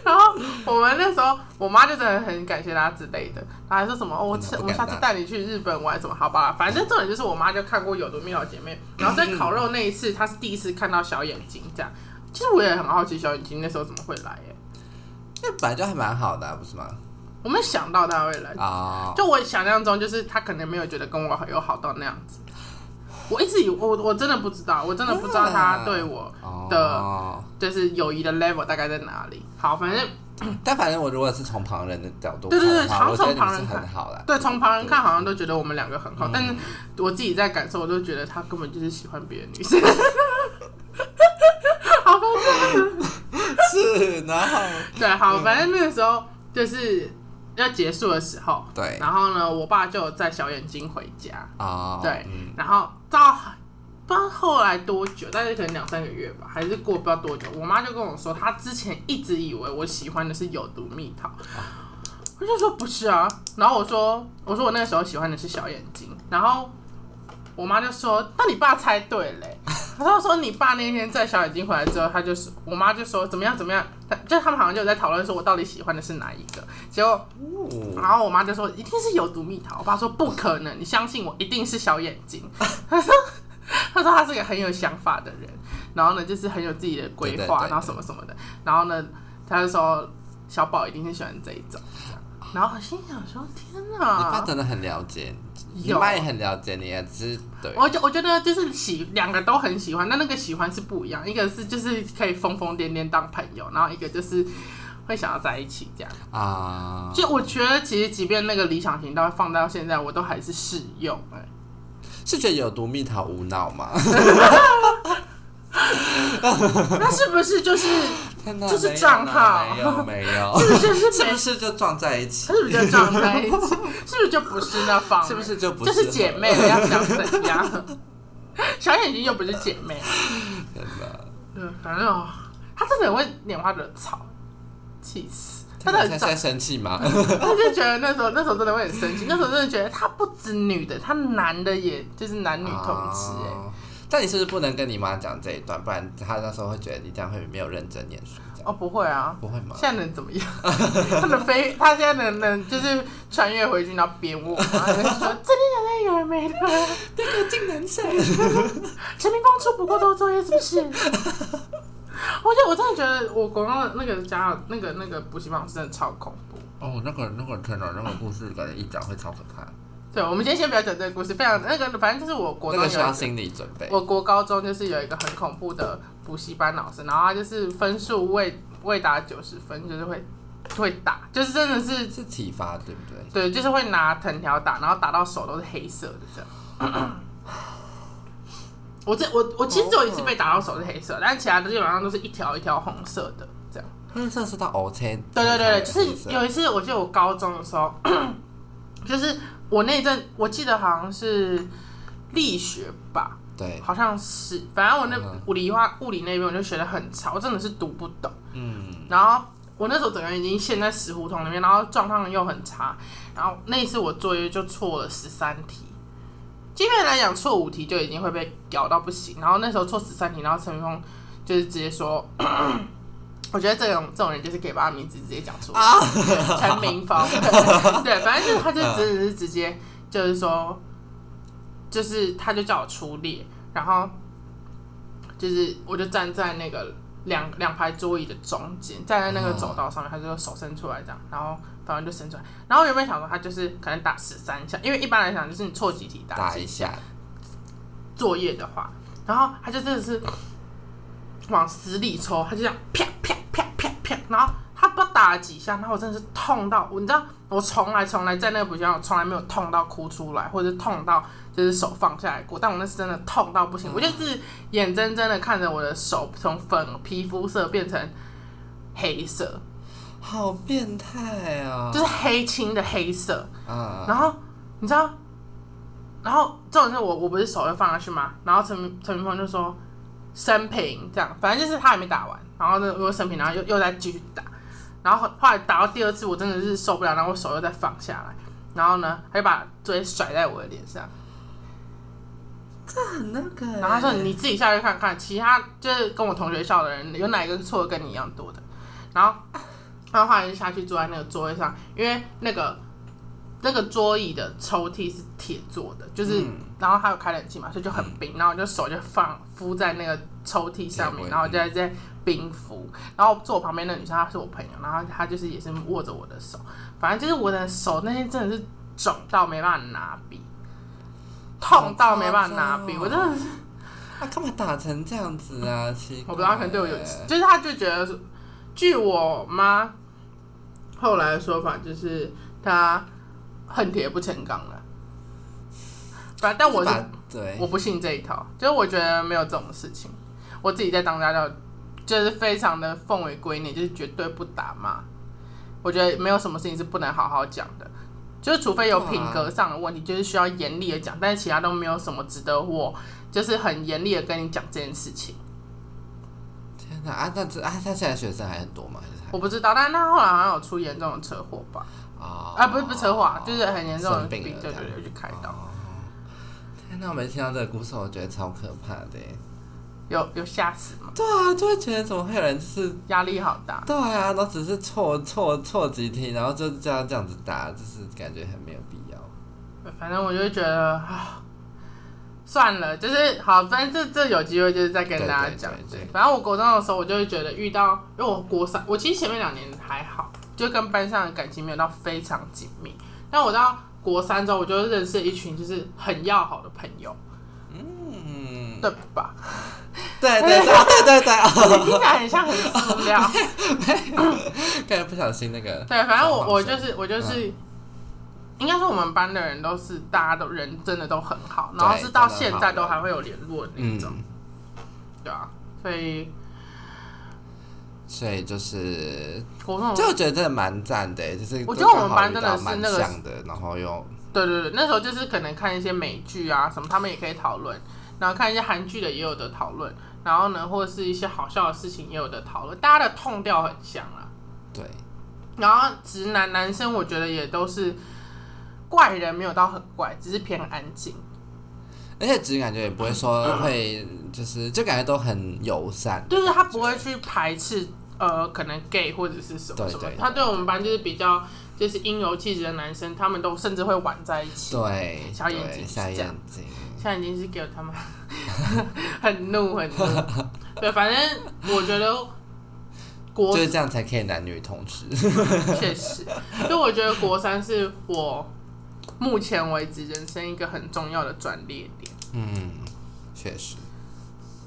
[SPEAKER 1] 然后我们那时候，我妈就真的很感谢他之类的，她还说什么哦，我
[SPEAKER 3] 真的嗯
[SPEAKER 1] 下
[SPEAKER 3] 不
[SPEAKER 1] 我
[SPEAKER 3] 敢
[SPEAKER 1] 下次
[SPEAKER 3] 当
[SPEAKER 1] 带你去日本玩什么，好吧？反正重点就是我妈就看过《有毒密友姐妹》，然后在烤肉那一次，她是第一次看到小眼睛这样。其实我也很好奇小眼睛那时候怎么会来耶，
[SPEAKER 3] 那本来就还蛮好的啊、不是吗？
[SPEAKER 1] 我没有想到他会来，
[SPEAKER 3] 啊、
[SPEAKER 1] 就我想象中，就是他可能没有觉得跟我有好到那样子。我一直以为我我真的不知道，我真的不知道
[SPEAKER 3] 嗯
[SPEAKER 1] 他对我
[SPEAKER 3] 哦，
[SPEAKER 1] 就是友谊的 level 大概在哪里。好，反正
[SPEAKER 3] 但反正我如果是从旁人的角度
[SPEAKER 1] 对
[SPEAKER 3] 看
[SPEAKER 1] 对
[SPEAKER 3] 的
[SPEAKER 1] 对，
[SPEAKER 3] 话，
[SPEAKER 1] 常
[SPEAKER 3] 我觉得
[SPEAKER 1] 从
[SPEAKER 3] 你们
[SPEAKER 1] 旁
[SPEAKER 3] 是
[SPEAKER 1] 人
[SPEAKER 3] 很
[SPEAKER 1] 看，
[SPEAKER 3] 好 的。
[SPEAKER 1] 对，从旁人看好像都觉得我们两个很好，但是我自己在感受，我都觉得他根本就是喜欢别的女生。 好吧，
[SPEAKER 3] 是，然后
[SPEAKER 1] 对，好，反正那个时候就是要结束的时候，
[SPEAKER 3] 对
[SPEAKER 1] 然后呢，我爸就有载小眼睛回家，
[SPEAKER 3] 哦，
[SPEAKER 1] 对
[SPEAKER 3] 嗯，
[SPEAKER 1] 然后到不知道后来多久，大概可能两三个月吧，还是过不知道多久，我妈就跟我说，她之前一直以为我喜欢的是有毒蜜桃，我就说不是啊，然后我说我说我那个时候喜欢的是小眼睛，然后我妈就说，那你爸猜对嘞、然后说你爸那天在小眼睛回来之后，他就说，我妈就说怎么样怎么样，他就他们好像就有在讨论说我到底喜欢的是哪一个，结果
[SPEAKER 3] 哦
[SPEAKER 1] 然后我妈就说一定是有毒蜜桃，我爸说不可能，你相信我，一定是小眼睛。 他说他是个很有想法的人，然后呢就是很有自己的规
[SPEAKER 3] 对对
[SPEAKER 1] 划，
[SPEAKER 3] 对
[SPEAKER 1] 然后什么什么的，然后呢他就说小宝一定是喜欢这一种，这样然后我心想说天
[SPEAKER 3] 你爸
[SPEAKER 1] 哪，
[SPEAKER 3] 真的很了解你，你
[SPEAKER 1] 啊有
[SPEAKER 3] 妈也很了解你，也只是对。
[SPEAKER 1] 我就我觉得就是喜两个都很喜欢，但那个喜欢是不一样，一个是就是可以疯疯癫癫当朋友，然后一个就是会想要在一起这样。
[SPEAKER 3] 啊、
[SPEAKER 1] 就我觉得，其实即便那个理想型到放到现在，我都还是适用、哎，
[SPEAKER 3] 是觉得有毒蜜桃无脑 吗？
[SPEAKER 1] 那是不是就是
[SPEAKER 3] 天哪
[SPEAKER 1] 就是
[SPEAKER 3] 没有
[SPEAKER 1] 账
[SPEAKER 3] 啦
[SPEAKER 1] 号
[SPEAKER 3] 没有没有，
[SPEAKER 1] 是不是就是
[SPEAKER 3] 是
[SPEAKER 1] 没
[SPEAKER 3] 不？是就撞在一起？
[SPEAKER 1] 是不是就撞在一起？是不是就不是那方？
[SPEAKER 3] 是不是就不
[SPEAKER 1] 就
[SPEAKER 3] 适
[SPEAKER 1] 是
[SPEAKER 3] 合
[SPEAKER 1] 姐妹了？要想怎样？小眼睛又不是姐妹，
[SPEAKER 3] 真的，
[SPEAKER 1] 对，反正哦，他真的很会拈花惹草，气死！他
[SPEAKER 3] 天哪
[SPEAKER 1] 真的
[SPEAKER 3] 现在
[SPEAKER 1] 很糟
[SPEAKER 3] 在生气 吗？
[SPEAKER 1] 他就觉得那时候那时候真的会很生气，那时候真的觉得他不止女的，他男的也就是男女同志 哎、
[SPEAKER 3] 哦但你是不是不能跟你妈讲这一段？不然她那时候会觉得你这样会没有认真念书，这样
[SPEAKER 1] 哦，不会啊，
[SPEAKER 3] 不会吗？
[SPEAKER 1] 现在能怎么样？ 他能飞，他现在能能就是穿越回去，然后扁我吗？然后就说真的有人有人没的，
[SPEAKER 3] 这个竟然是
[SPEAKER 1] 陈明光出不过多作业是不是？ 我觉得我真的觉得我国中的那个家那个那个补习班老师真的超恐怖。
[SPEAKER 3] 哦，那个那个天哪，那个故事感觉一讲会超可怕，
[SPEAKER 1] 对，我们今天先不要讲这个故事，非常那个反正就是我国
[SPEAKER 3] 那个
[SPEAKER 1] 中有一
[SPEAKER 3] 需
[SPEAKER 1] 个
[SPEAKER 3] 要心理准备。
[SPEAKER 1] 我国高中就是有一个很恐怖的补习班老师，然后他就是分数未未达九十分，就是会会打，就是真的是
[SPEAKER 3] 是体罚对不对？
[SPEAKER 1] 对，就是会拿藤条打，然后打到手都是黑色的这样。我这我我其实只有一
[SPEAKER 3] 哦
[SPEAKER 1] 次被打到手是黑色，但其他的基本上都是一条一条红色的这样。
[SPEAKER 3] 那这是到 O K。
[SPEAKER 1] 对对对，就是有一次，我记得我高中的时候，就是我那一阵，我记得好像是力学吧，
[SPEAKER 3] 对，
[SPEAKER 1] 好像是，反正我那
[SPEAKER 3] 嗯
[SPEAKER 1] 物理化物理那边我就学的很差，我真的是读不懂。
[SPEAKER 3] 嗯，
[SPEAKER 1] 然后我那时候整个人已经陷在死胡同里面，然后状况又很差，然后那一次我作业就错了十三题。基本来讲，错五题就已经会被咬到不行。然后那时候错十三题，然后陈明峰就是直接说， 我觉得这种这种人就是可以把他名字直接讲出来，陈明峰。 对，反正就是他就真的是直接就是说，就是他就叫我出列，然后就是我就站在那个两两排桌椅的中间，站在那个走道上面，他就手伸出来这样，然后反正就伸出来。然后我原本想说他就是可能打十三下，因为一般来讲就是你错几题打
[SPEAKER 3] 打
[SPEAKER 1] 几
[SPEAKER 3] 一下，
[SPEAKER 1] 作业的话，然后他就真的是往死里抽，他就这样啪啪啪啪啪，然后他不知道打了几下，然后我真的是痛到，我你知道我从来从来在那个补习班，我从来没有痛到哭出来，或者是痛到就是手放下来过，但我那是真的痛到不行，我就是眼睁睁的看着我的手从粉皮肤色变成黑色，
[SPEAKER 3] 好变态啊！
[SPEAKER 1] 就是黑青的黑色，
[SPEAKER 3] 啊，
[SPEAKER 1] 然后你知道，然后重点是我我不是手就放下去嘛，然后陈明陈明峰就说生平这样，反正就是他还没打完，然后呢我又生平，然后又又再继续打，然后后后来打到第二次我真的是受不了，然后我手又再放下来，然后呢他就把追甩在我的脸上，
[SPEAKER 4] 很那个欸、
[SPEAKER 1] 然后他说你自己下去看看，其他就是跟我同学校的人有哪一个是错的跟你一样多的。然后，然后后来就下去坐在那个座位上，因为那个那个桌椅的抽屉是铁做的，就是、
[SPEAKER 2] 嗯
[SPEAKER 1] 然后还有开冷气嘛，所以就很冰。然后我就手就放敷在那个抽屉上
[SPEAKER 2] 铁
[SPEAKER 1] 面，
[SPEAKER 2] 柜
[SPEAKER 1] 然后就在在冰敷。然后坐我旁边那个女生她是我朋友，然后她就是也是握着我的手，反正就是我的手那天真的是肿到没办法拿笔。痛到没办法拿笔，
[SPEAKER 2] 好
[SPEAKER 1] 我
[SPEAKER 2] 夸
[SPEAKER 1] 真
[SPEAKER 2] 张
[SPEAKER 1] 的
[SPEAKER 2] 哦啊，干嘛打成这样子啊？奇怪欸
[SPEAKER 1] 我不知道，可能对我有，就是他就觉得说，据我妈后来的说法，就是他恨铁不成钢了。反正但我是
[SPEAKER 2] 把对
[SPEAKER 1] 我不信这一套，就是我觉得没有这种事情。我自己在当家教，就是非常的奉为圭臬，就是绝对不打骂。我觉得没有什么事情是不能好好讲的，就是除非有品格上的问题，就是需要严厉的讲，但是其他都没有什么值得我就是很严厉的跟你讲这件事情。
[SPEAKER 2] 天哪啊！那这啊，他现在学生还很多吗？还是还
[SPEAKER 1] 我不知道，但是他后来好像有出严重的车祸吧？
[SPEAKER 2] 啊
[SPEAKER 1] 啊，不是不是车祸，啊，就是很严重的
[SPEAKER 2] 生病了
[SPEAKER 1] 对对
[SPEAKER 2] 这样
[SPEAKER 1] 对，去开刀。
[SPEAKER 2] 天哪，我没听到这个故事，我觉得超可怕的耶。
[SPEAKER 1] 有有吓死吗？
[SPEAKER 2] 对啊，就会觉得怎么会有人就是
[SPEAKER 1] 压力好大。
[SPEAKER 2] 对啊，都只是错错错几题，然后就这样这样子打，就是感觉很没有必要。
[SPEAKER 1] 反正我就觉得啊，算了，就是好，反正这这有机会就是再跟
[SPEAKER 2] 对
[SPEAKER 1] 大家
[SPEAKER 2] 对
[SPEAKER 1] 讲。
[SPEAKER 2] 对对
[SPEAKER 1] 反正我国中的时候，我就会觉得遇到，因为我国三，我其实前面两年还好，就跟班上的感情没有到非常紧密。但我到国三之后，我就认识一群就是很要好的朋友，
[SPEAKER 2] 嗯，
[SPEAKER 1] 对 吧？
[SPEAKER 2] 对对对对对对，哦，
[SPEAKER 1] 你听起来很像很塑料。
[SPEAKER 2] 刚才不小 心那个，
[SPEAKER 1] 对，反正我
[SPEAKER 2] 小黄
[SPEAKER 1] 我
[SPEAKER 2] 色
[SPEAKER 1] 就是我就是，
[SPEAKER 2] 嗯
[SPEAKER 1] 应该说我们班的人都是大家都人真的都很好，然后
[SPEAKER 2] 对
[SPEAKER 1] 是到
[SPEAKER 2] 真的
[SPEAKER 1] 现
[SPEAKER 2] 好
[SPEAKER 1] 在都还会有联络的那
[SPEAKER 2] 嗯，
[SPEAKER 1] 种，对啊，所以
[SPEAKER 2] 所以就是，
[SPEAKER 1] 国中
[SPEAKER 2] 就我觉得真的蛮赞的耶，欸就是
[SPEAKER 1] 哦我觉得我们
[SPEAKER 2] 刚好
[SPEAKER 1] 班
[SPEAKER 2] 遇
[SPEAKER 1] 真的
[SPEAKER 2] 到
[SPEAKER 1] 是
[SPEAKER 2] 蛮
[SPEAKER 1] 那个
[SPEAKER 2] 像的，然后又
[SPEAKER 1] 对对对，那时候就是可能看一些美剧啊什么，他们也可以讨论，然后看一些韩剧的也有的讨论，然后呢或者是一些好笑的事情也有的讨论，大家的痛调很像啊，
[SPEAKER 2] 对，
[SPEAKER 1] 然后直男男生我觉得也都是怪人，没有到很怪，只是偏安静。
[SPEAKER 2] 而且只感觉也不 会说会，就是就感觉都很友善，
[SPEAKER 1] 就是他不会去排斥呃，可能 gay 或者是什么
[SPEAKER 2] 对
[SPEAKER 1] 什么
[SPEAKER 2] 对，
[SPEAKER 1] 他对我们班就是比较就是阴柔气质的男生，他们都甚至会玩在一起。
[SPEAKER 2] 对，
[SPEAKER 1] 小眼睛
[SPEAKER 2] 对
[SPEAKER 1] 是
[SPEAKER 2] 小
[SPEAKER 1] 这样
[SPEAKER 2] 眼睛，
[SPEAKER 1] 现在已经是给他们很怒很怒， 对，反正我觉得国
[SPEAKER 2] 就是这样才可以男女同志，
[SPEAKER 1] 确实，就我觉得国三是我目前为止人生一个很重要的转捩点，
[SPEAKER 2] 嗯，确实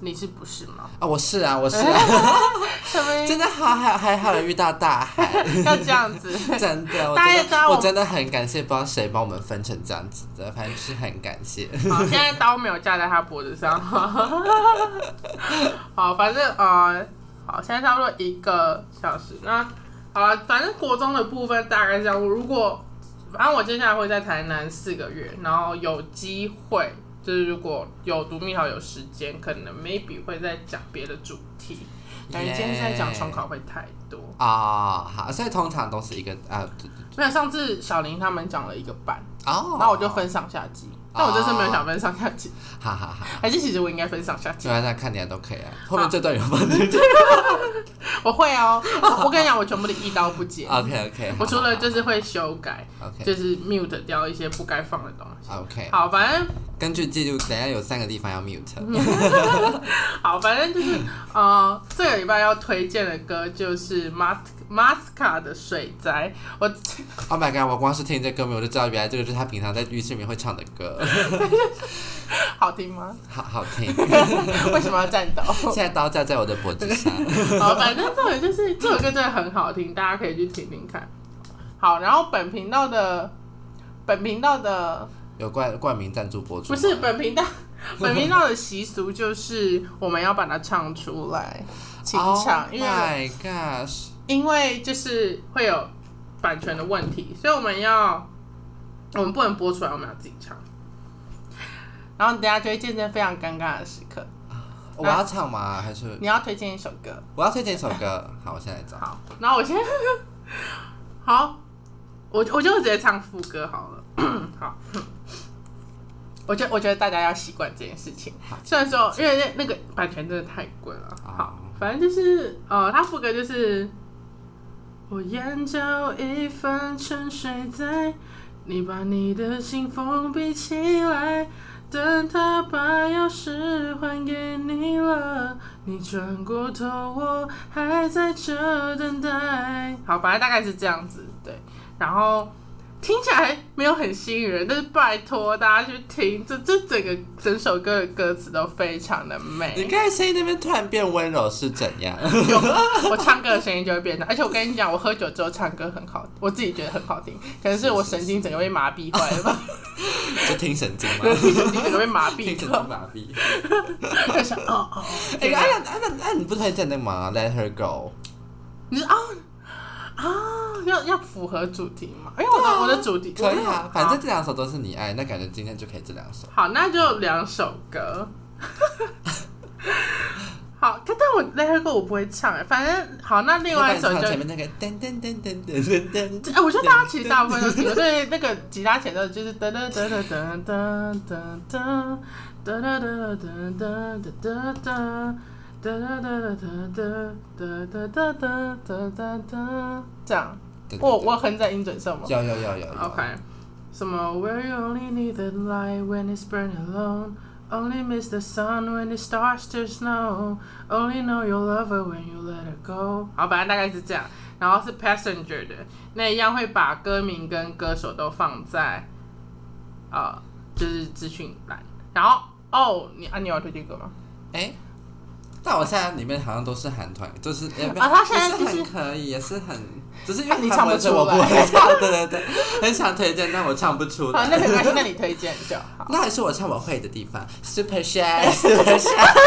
[SPEAKER 1] 你是不是 吗？
[SPEAKER 2] 啊，我是啊，我是 啊，
[SPEAKER 1] 什么
[SPEAKER 2] 真的好，还还好有遇到大海。
[SPEAKER 1] 要这样子？
[SPEAKER 2] 真的，我
[SPEAKER 1] 大家
[SPEAKER 2] 真
[SPEAKER 1] 也知道
[SPEAKER 2] 的，
[SPEAKER 1] 我
[SPEAKER 2] 我真的很感谢，不知道谁帮我们分成这样子的，反正就是很感谢。
[SPEAKER 1] 好，现在刀没有架在他脖子上。 好，反正呃，好，现在差不多一个小时。那好了，反正国中的部分大概是这样。我如果反正我接下来会在台南四个月，然后有机会，就是如果有读密好有时间，可能 maybe 会再讲别的主题。感觉今天在讲重考会太多。
[SPEAKER 2] 啊、好，所以通常都是一个啊，对对
[SPEAKER 1] 没有，上次小林他们讲了一个半，
[SPEAKER 2] 哦，
[SPEAKER 1] 那我就，分上下集。但我这次没有想分上下集，
[SPEAKER 2] 哈哈哈，
[SPEAKER 1] 还是其实我应该分上下集
[SPEAKER 2] 就。在那看起来都可以啊。后面这段有放进去
[SPEAKER 1] 我会哦， 我我跟你讲，我全部的一刀不剪。
[SPEAKER 2] ，OK OK，
[SPEAKER 1] 我除了就是会修改，就
[SPEAKER 2] OK
[SPEAKER 1] 是 mute 掉一些不该放的东西。
[SPEAKER 2] OK，
[SPEAKER 1] 好，反正
[SPEAKER 2] 根据记录，等一下有三个地方要 mute，
[SPEAKER 1] 嗯好，反正就是呃，这个礼拜要推荐的歌就是 Mas Masca 的《水灾》，我
[SPEAKER 2] Oh my god！我光是听这歌名，我就知道原来这个就是他平常在浴室里面会唱的 歌，
[SPEAKER 1] 好听吗？
[SPEAKER 2] 好好听。
[SPEAKER 1] 为什么要颤抖？
[SPEAKER 2] 现在刀架在我的脖子 上，
[SPEAKER 1] 好，反正重点就是这首歌真的很好听，大家可以去听听看。好，然后本频道的本频道的
[SPEAKER 2] 有冠冠名赞助播出
[SPEAKER 1] 不
[SPEAKER 2] 吗，
[SPEAKER 1] 是本频 道，本频道的习俗就是我们要把它唱出来，清
[SPEAKER 2] Oh
[SPEAKER 1] 唱，因为
[SPEAKER 2] my gosh！
[SPEAKER 1] 因为就是会有版权的问题，所以我们要我们不能播出来，我们要自己唱。然后等下就会见证非常尴尬的时刻。啊
[SPEAKER 2] 我要唱吗？还是
[SPEAKER 1] 你要推荐一首歌，
[SPEAKER 2] 我要推荐一首歌？ 好，我现在找。
[SPEAKER 1] 好，然后我先 好，我我就直接唱副歌好了。好，我觉得我觉得大家要习惯这件事情。虽然说，因为那那个版权真的太贵了。
[SPEAKER 2] 哦
[SPEAKER 1] 好，反正就是呃，它副歌就是我研究一份沉睡在，你把你的心封闭起来。等他把钥匙还给你了，你转过头，我还在这等待。好，反正大概是这样子，对。然后听起来没有很吸引人，但是拜托大家去听，这这整个整首歌的歌词都非常的
[SPEAKER 2] 你
[SPEAKER 1] 美。
[SPEAKER 2] 刚才声音那边突然变温柔是怎 样？
[SPEAKER 1] 我唱歌的声音就会变大，而且我跟你讲，我喝酒之后唱歌很好，我自己觉得很好听，可能是我神经整个被麻痹坏了吧，
[SPEAKER 2] 就听神经 吗？
[SPEAKER 1] 神经整个被麻
[SPEAKER 2] 听
[SPEAKER 1] 痹
[SPEAKER 2] 神经
[SPEAKER 1] 掉。
[SPEAKER 2] 麻痹。
[SPEAKER 1] 就想哦哦，
[SPEAKER 2] 哎，安安安安安，你不推荐那个吗？Let her go。
[SPEAKER 1] 你
[SPEAKER 2] 哦
[SPEAKER 1] 是啊啊，要要符合主题嘛？因为我的、我的主题
[SPEAKER 2] 啊可以啊
[SPEAKER 1] 好，
[SPEAKER 2] 反正这两首都是你爱，那感觉今天就可以这两首。
[SPEAKER 1] 好，那就两首 歌。好，可但我 Let Her Go 我不会唱哎，反正好，那另外一首
[SPEAKER 2] 那不然你唱
[SPEAKER 1] 就
[SPEAKER 2] 前面那个噔噔噔噔噔噔 噔，
[SPEAKER 1] 哎、我觉得大家其实大部分都听过，对那个吉他前奏就是 噔噔噔噔噔噔噔噔噔噔噔噔噔噔噔。哒哒哒哒哒哒哒哒哒哒哒哒，这样，我我很在音准上吗？
[SPEAKER 2] 有有有有有。
[SPEAKER 1] Okay. 什么？Where you only need the light when it's burning low, only miss the sun when it starts to snow, only know your lover when you let her go。好，反正大概是这样。然后是 Passenger 的，那一样会把歌名跟歌手都放在呃，就是资讯栏。然后哦，你啊，你有推荐歌吗？
[SPEAKER 2] 哎，但我现在里面好像都是韩团，就是也没有
[SPEAKER 1] 啊他现在
[SPEAKER 2] 也是
[SPEAKER 1] 就是
[SPEAKER 2] 很可以，也是很，只是因
[SPEAKER 1] 啊
[SPEAKER 2] 为
[SPEAKER 1] 你
[SPEAKER 2] 韩文
[SPEAKER 1] 唱不
[SPEAKER 2] 是我
[SPEAKER 1] 出
[SPEAKER 2] 不
[SPEAKER 1] 来
[SPEAKER 2] 会唱，对对对，很想推荐，但我唱不出
[SPEAKER 1] 好，
[SPEAKER 2] 来。
[SPEAKER 1] 那没关系，那你推荐就好。
[SPEAKER 2] 那还是我唱我会的地方，Super Shy，Super Shy。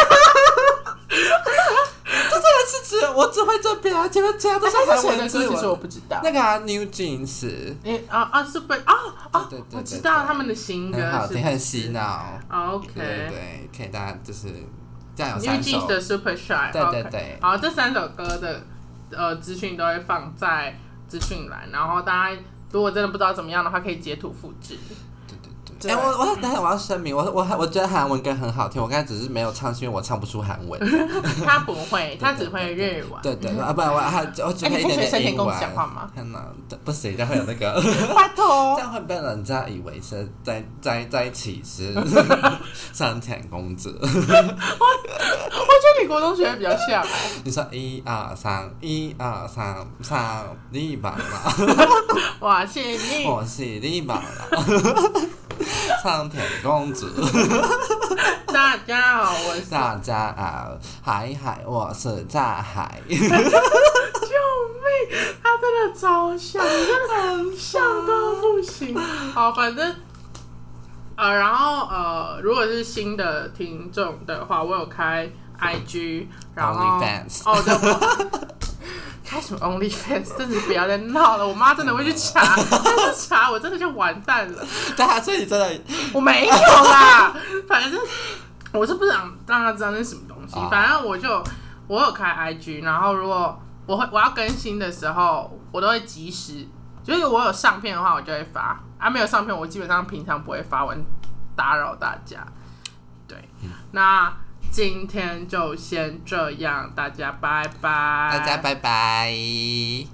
[SPEAKER 2] 这真的是只我只会这边啊，前面其他都
[SPEAKER 1] 但
[SPEAKER 2] 是
[SPEAKER 1] 是他
[SPEAKER 2] 韩
[SPEAKER 1] 写的
[SPEAKER 2] 文
[SPEAKER 1] 歌
[SPEAKER 2] 字
[SPEAKER 1] 其实我
[SPEAKER 2] 我
[SPEAKER 1] 不知道。
[SPEAKER 2] 那个啊，New Jeans
[SPEAKER 1] 诶啊啊，Super 啊啊
[SPEAKER 2] 对对对，对
[SPEAKER 1] 我知道
[SPEAKER 2] 对
[SPEAKER 1] 他们的新歌
[SPEAKER 2] 很好
[SPEAKER 1] 是
[SPEAKER 2] 听，很洗脑。
[SPEAKER 1] OK，
[SPEAKER 2] 对对对，可以大家就是这样有
[SPEAKER 1] New
[SPEAKER 2] 三
[SPEAKER 1] Jeans
[SPEAKER 2] 首。
[SPEAKER 1] 的 Super Shy，
[SPEAKER 2] 对
[SPEAKER 1] OK
[SPEAKER 2] 对对
[SPEAKER 1] 好，这三首歌的呃资讯都会放在资讯栏，然后大家如果真的不知道怎么样的话，可以截图复 制。
[SPEAKER 2] 哎、我我等下我要声明，我我我觉得韩文歌很好听，我刚才只是没有唱，是因为我唱不出韩文。
[SPEAKER 1] 他不会，他只会日文。
[SPEAKER 2] 对对，啊，不然我还我只
[SPEAKER 1] 哎
[SPEAKER 2] 会一点点英文。天哪，不行，这样会有那个，
[SPEAKER 1] 拜
[SPEAKER 2] 这
[SPEAKER 1] 托，
[SPEAKER 2] 样会被人家以为是在在在歧视山田公子。
[SPEAKER 1] 我觉得你国中学的比较像。
[SPEAKER 2] 你说一二三，一二三三，立马啦，
[SPEAKER 1] 哇，谢谢你。
[SPEAKER 2] 我是立马啦，山田公子。
[SPEAKER 1] 大家好，我是
[SPEAKER 2] 大家啊，海海，我是大海。
[SPEAKER 1] 他真的超像，真的很像到不行。好，反正呃，然后呃，如果是新的听众的话，我有开 IG，然后
[SPEAKER 2] OnlyFans
[SPEAKER 1] 哦，对，我 开什么 OnlyFans，真是不要再闹了，我妈真的会去查，她去查我真的就完蛋了。
[SPEAKER 2] 大家，所以你真的
[SPEAKER 1] 我没有啦， 反正我是不想让他知道那是什么东西
[SPEAKER 2] 啊。
[SPEAKER 1] 反正我就我有开 IG，然后如果我会我要更新的时候，我都会及时，就是我有上片的话，我就会发；啊，没有上片，我基本上平常不会发文打扰大家。对，那今天就先这样，大家拜拜，
[SPEAKER 2] 大家拜拜。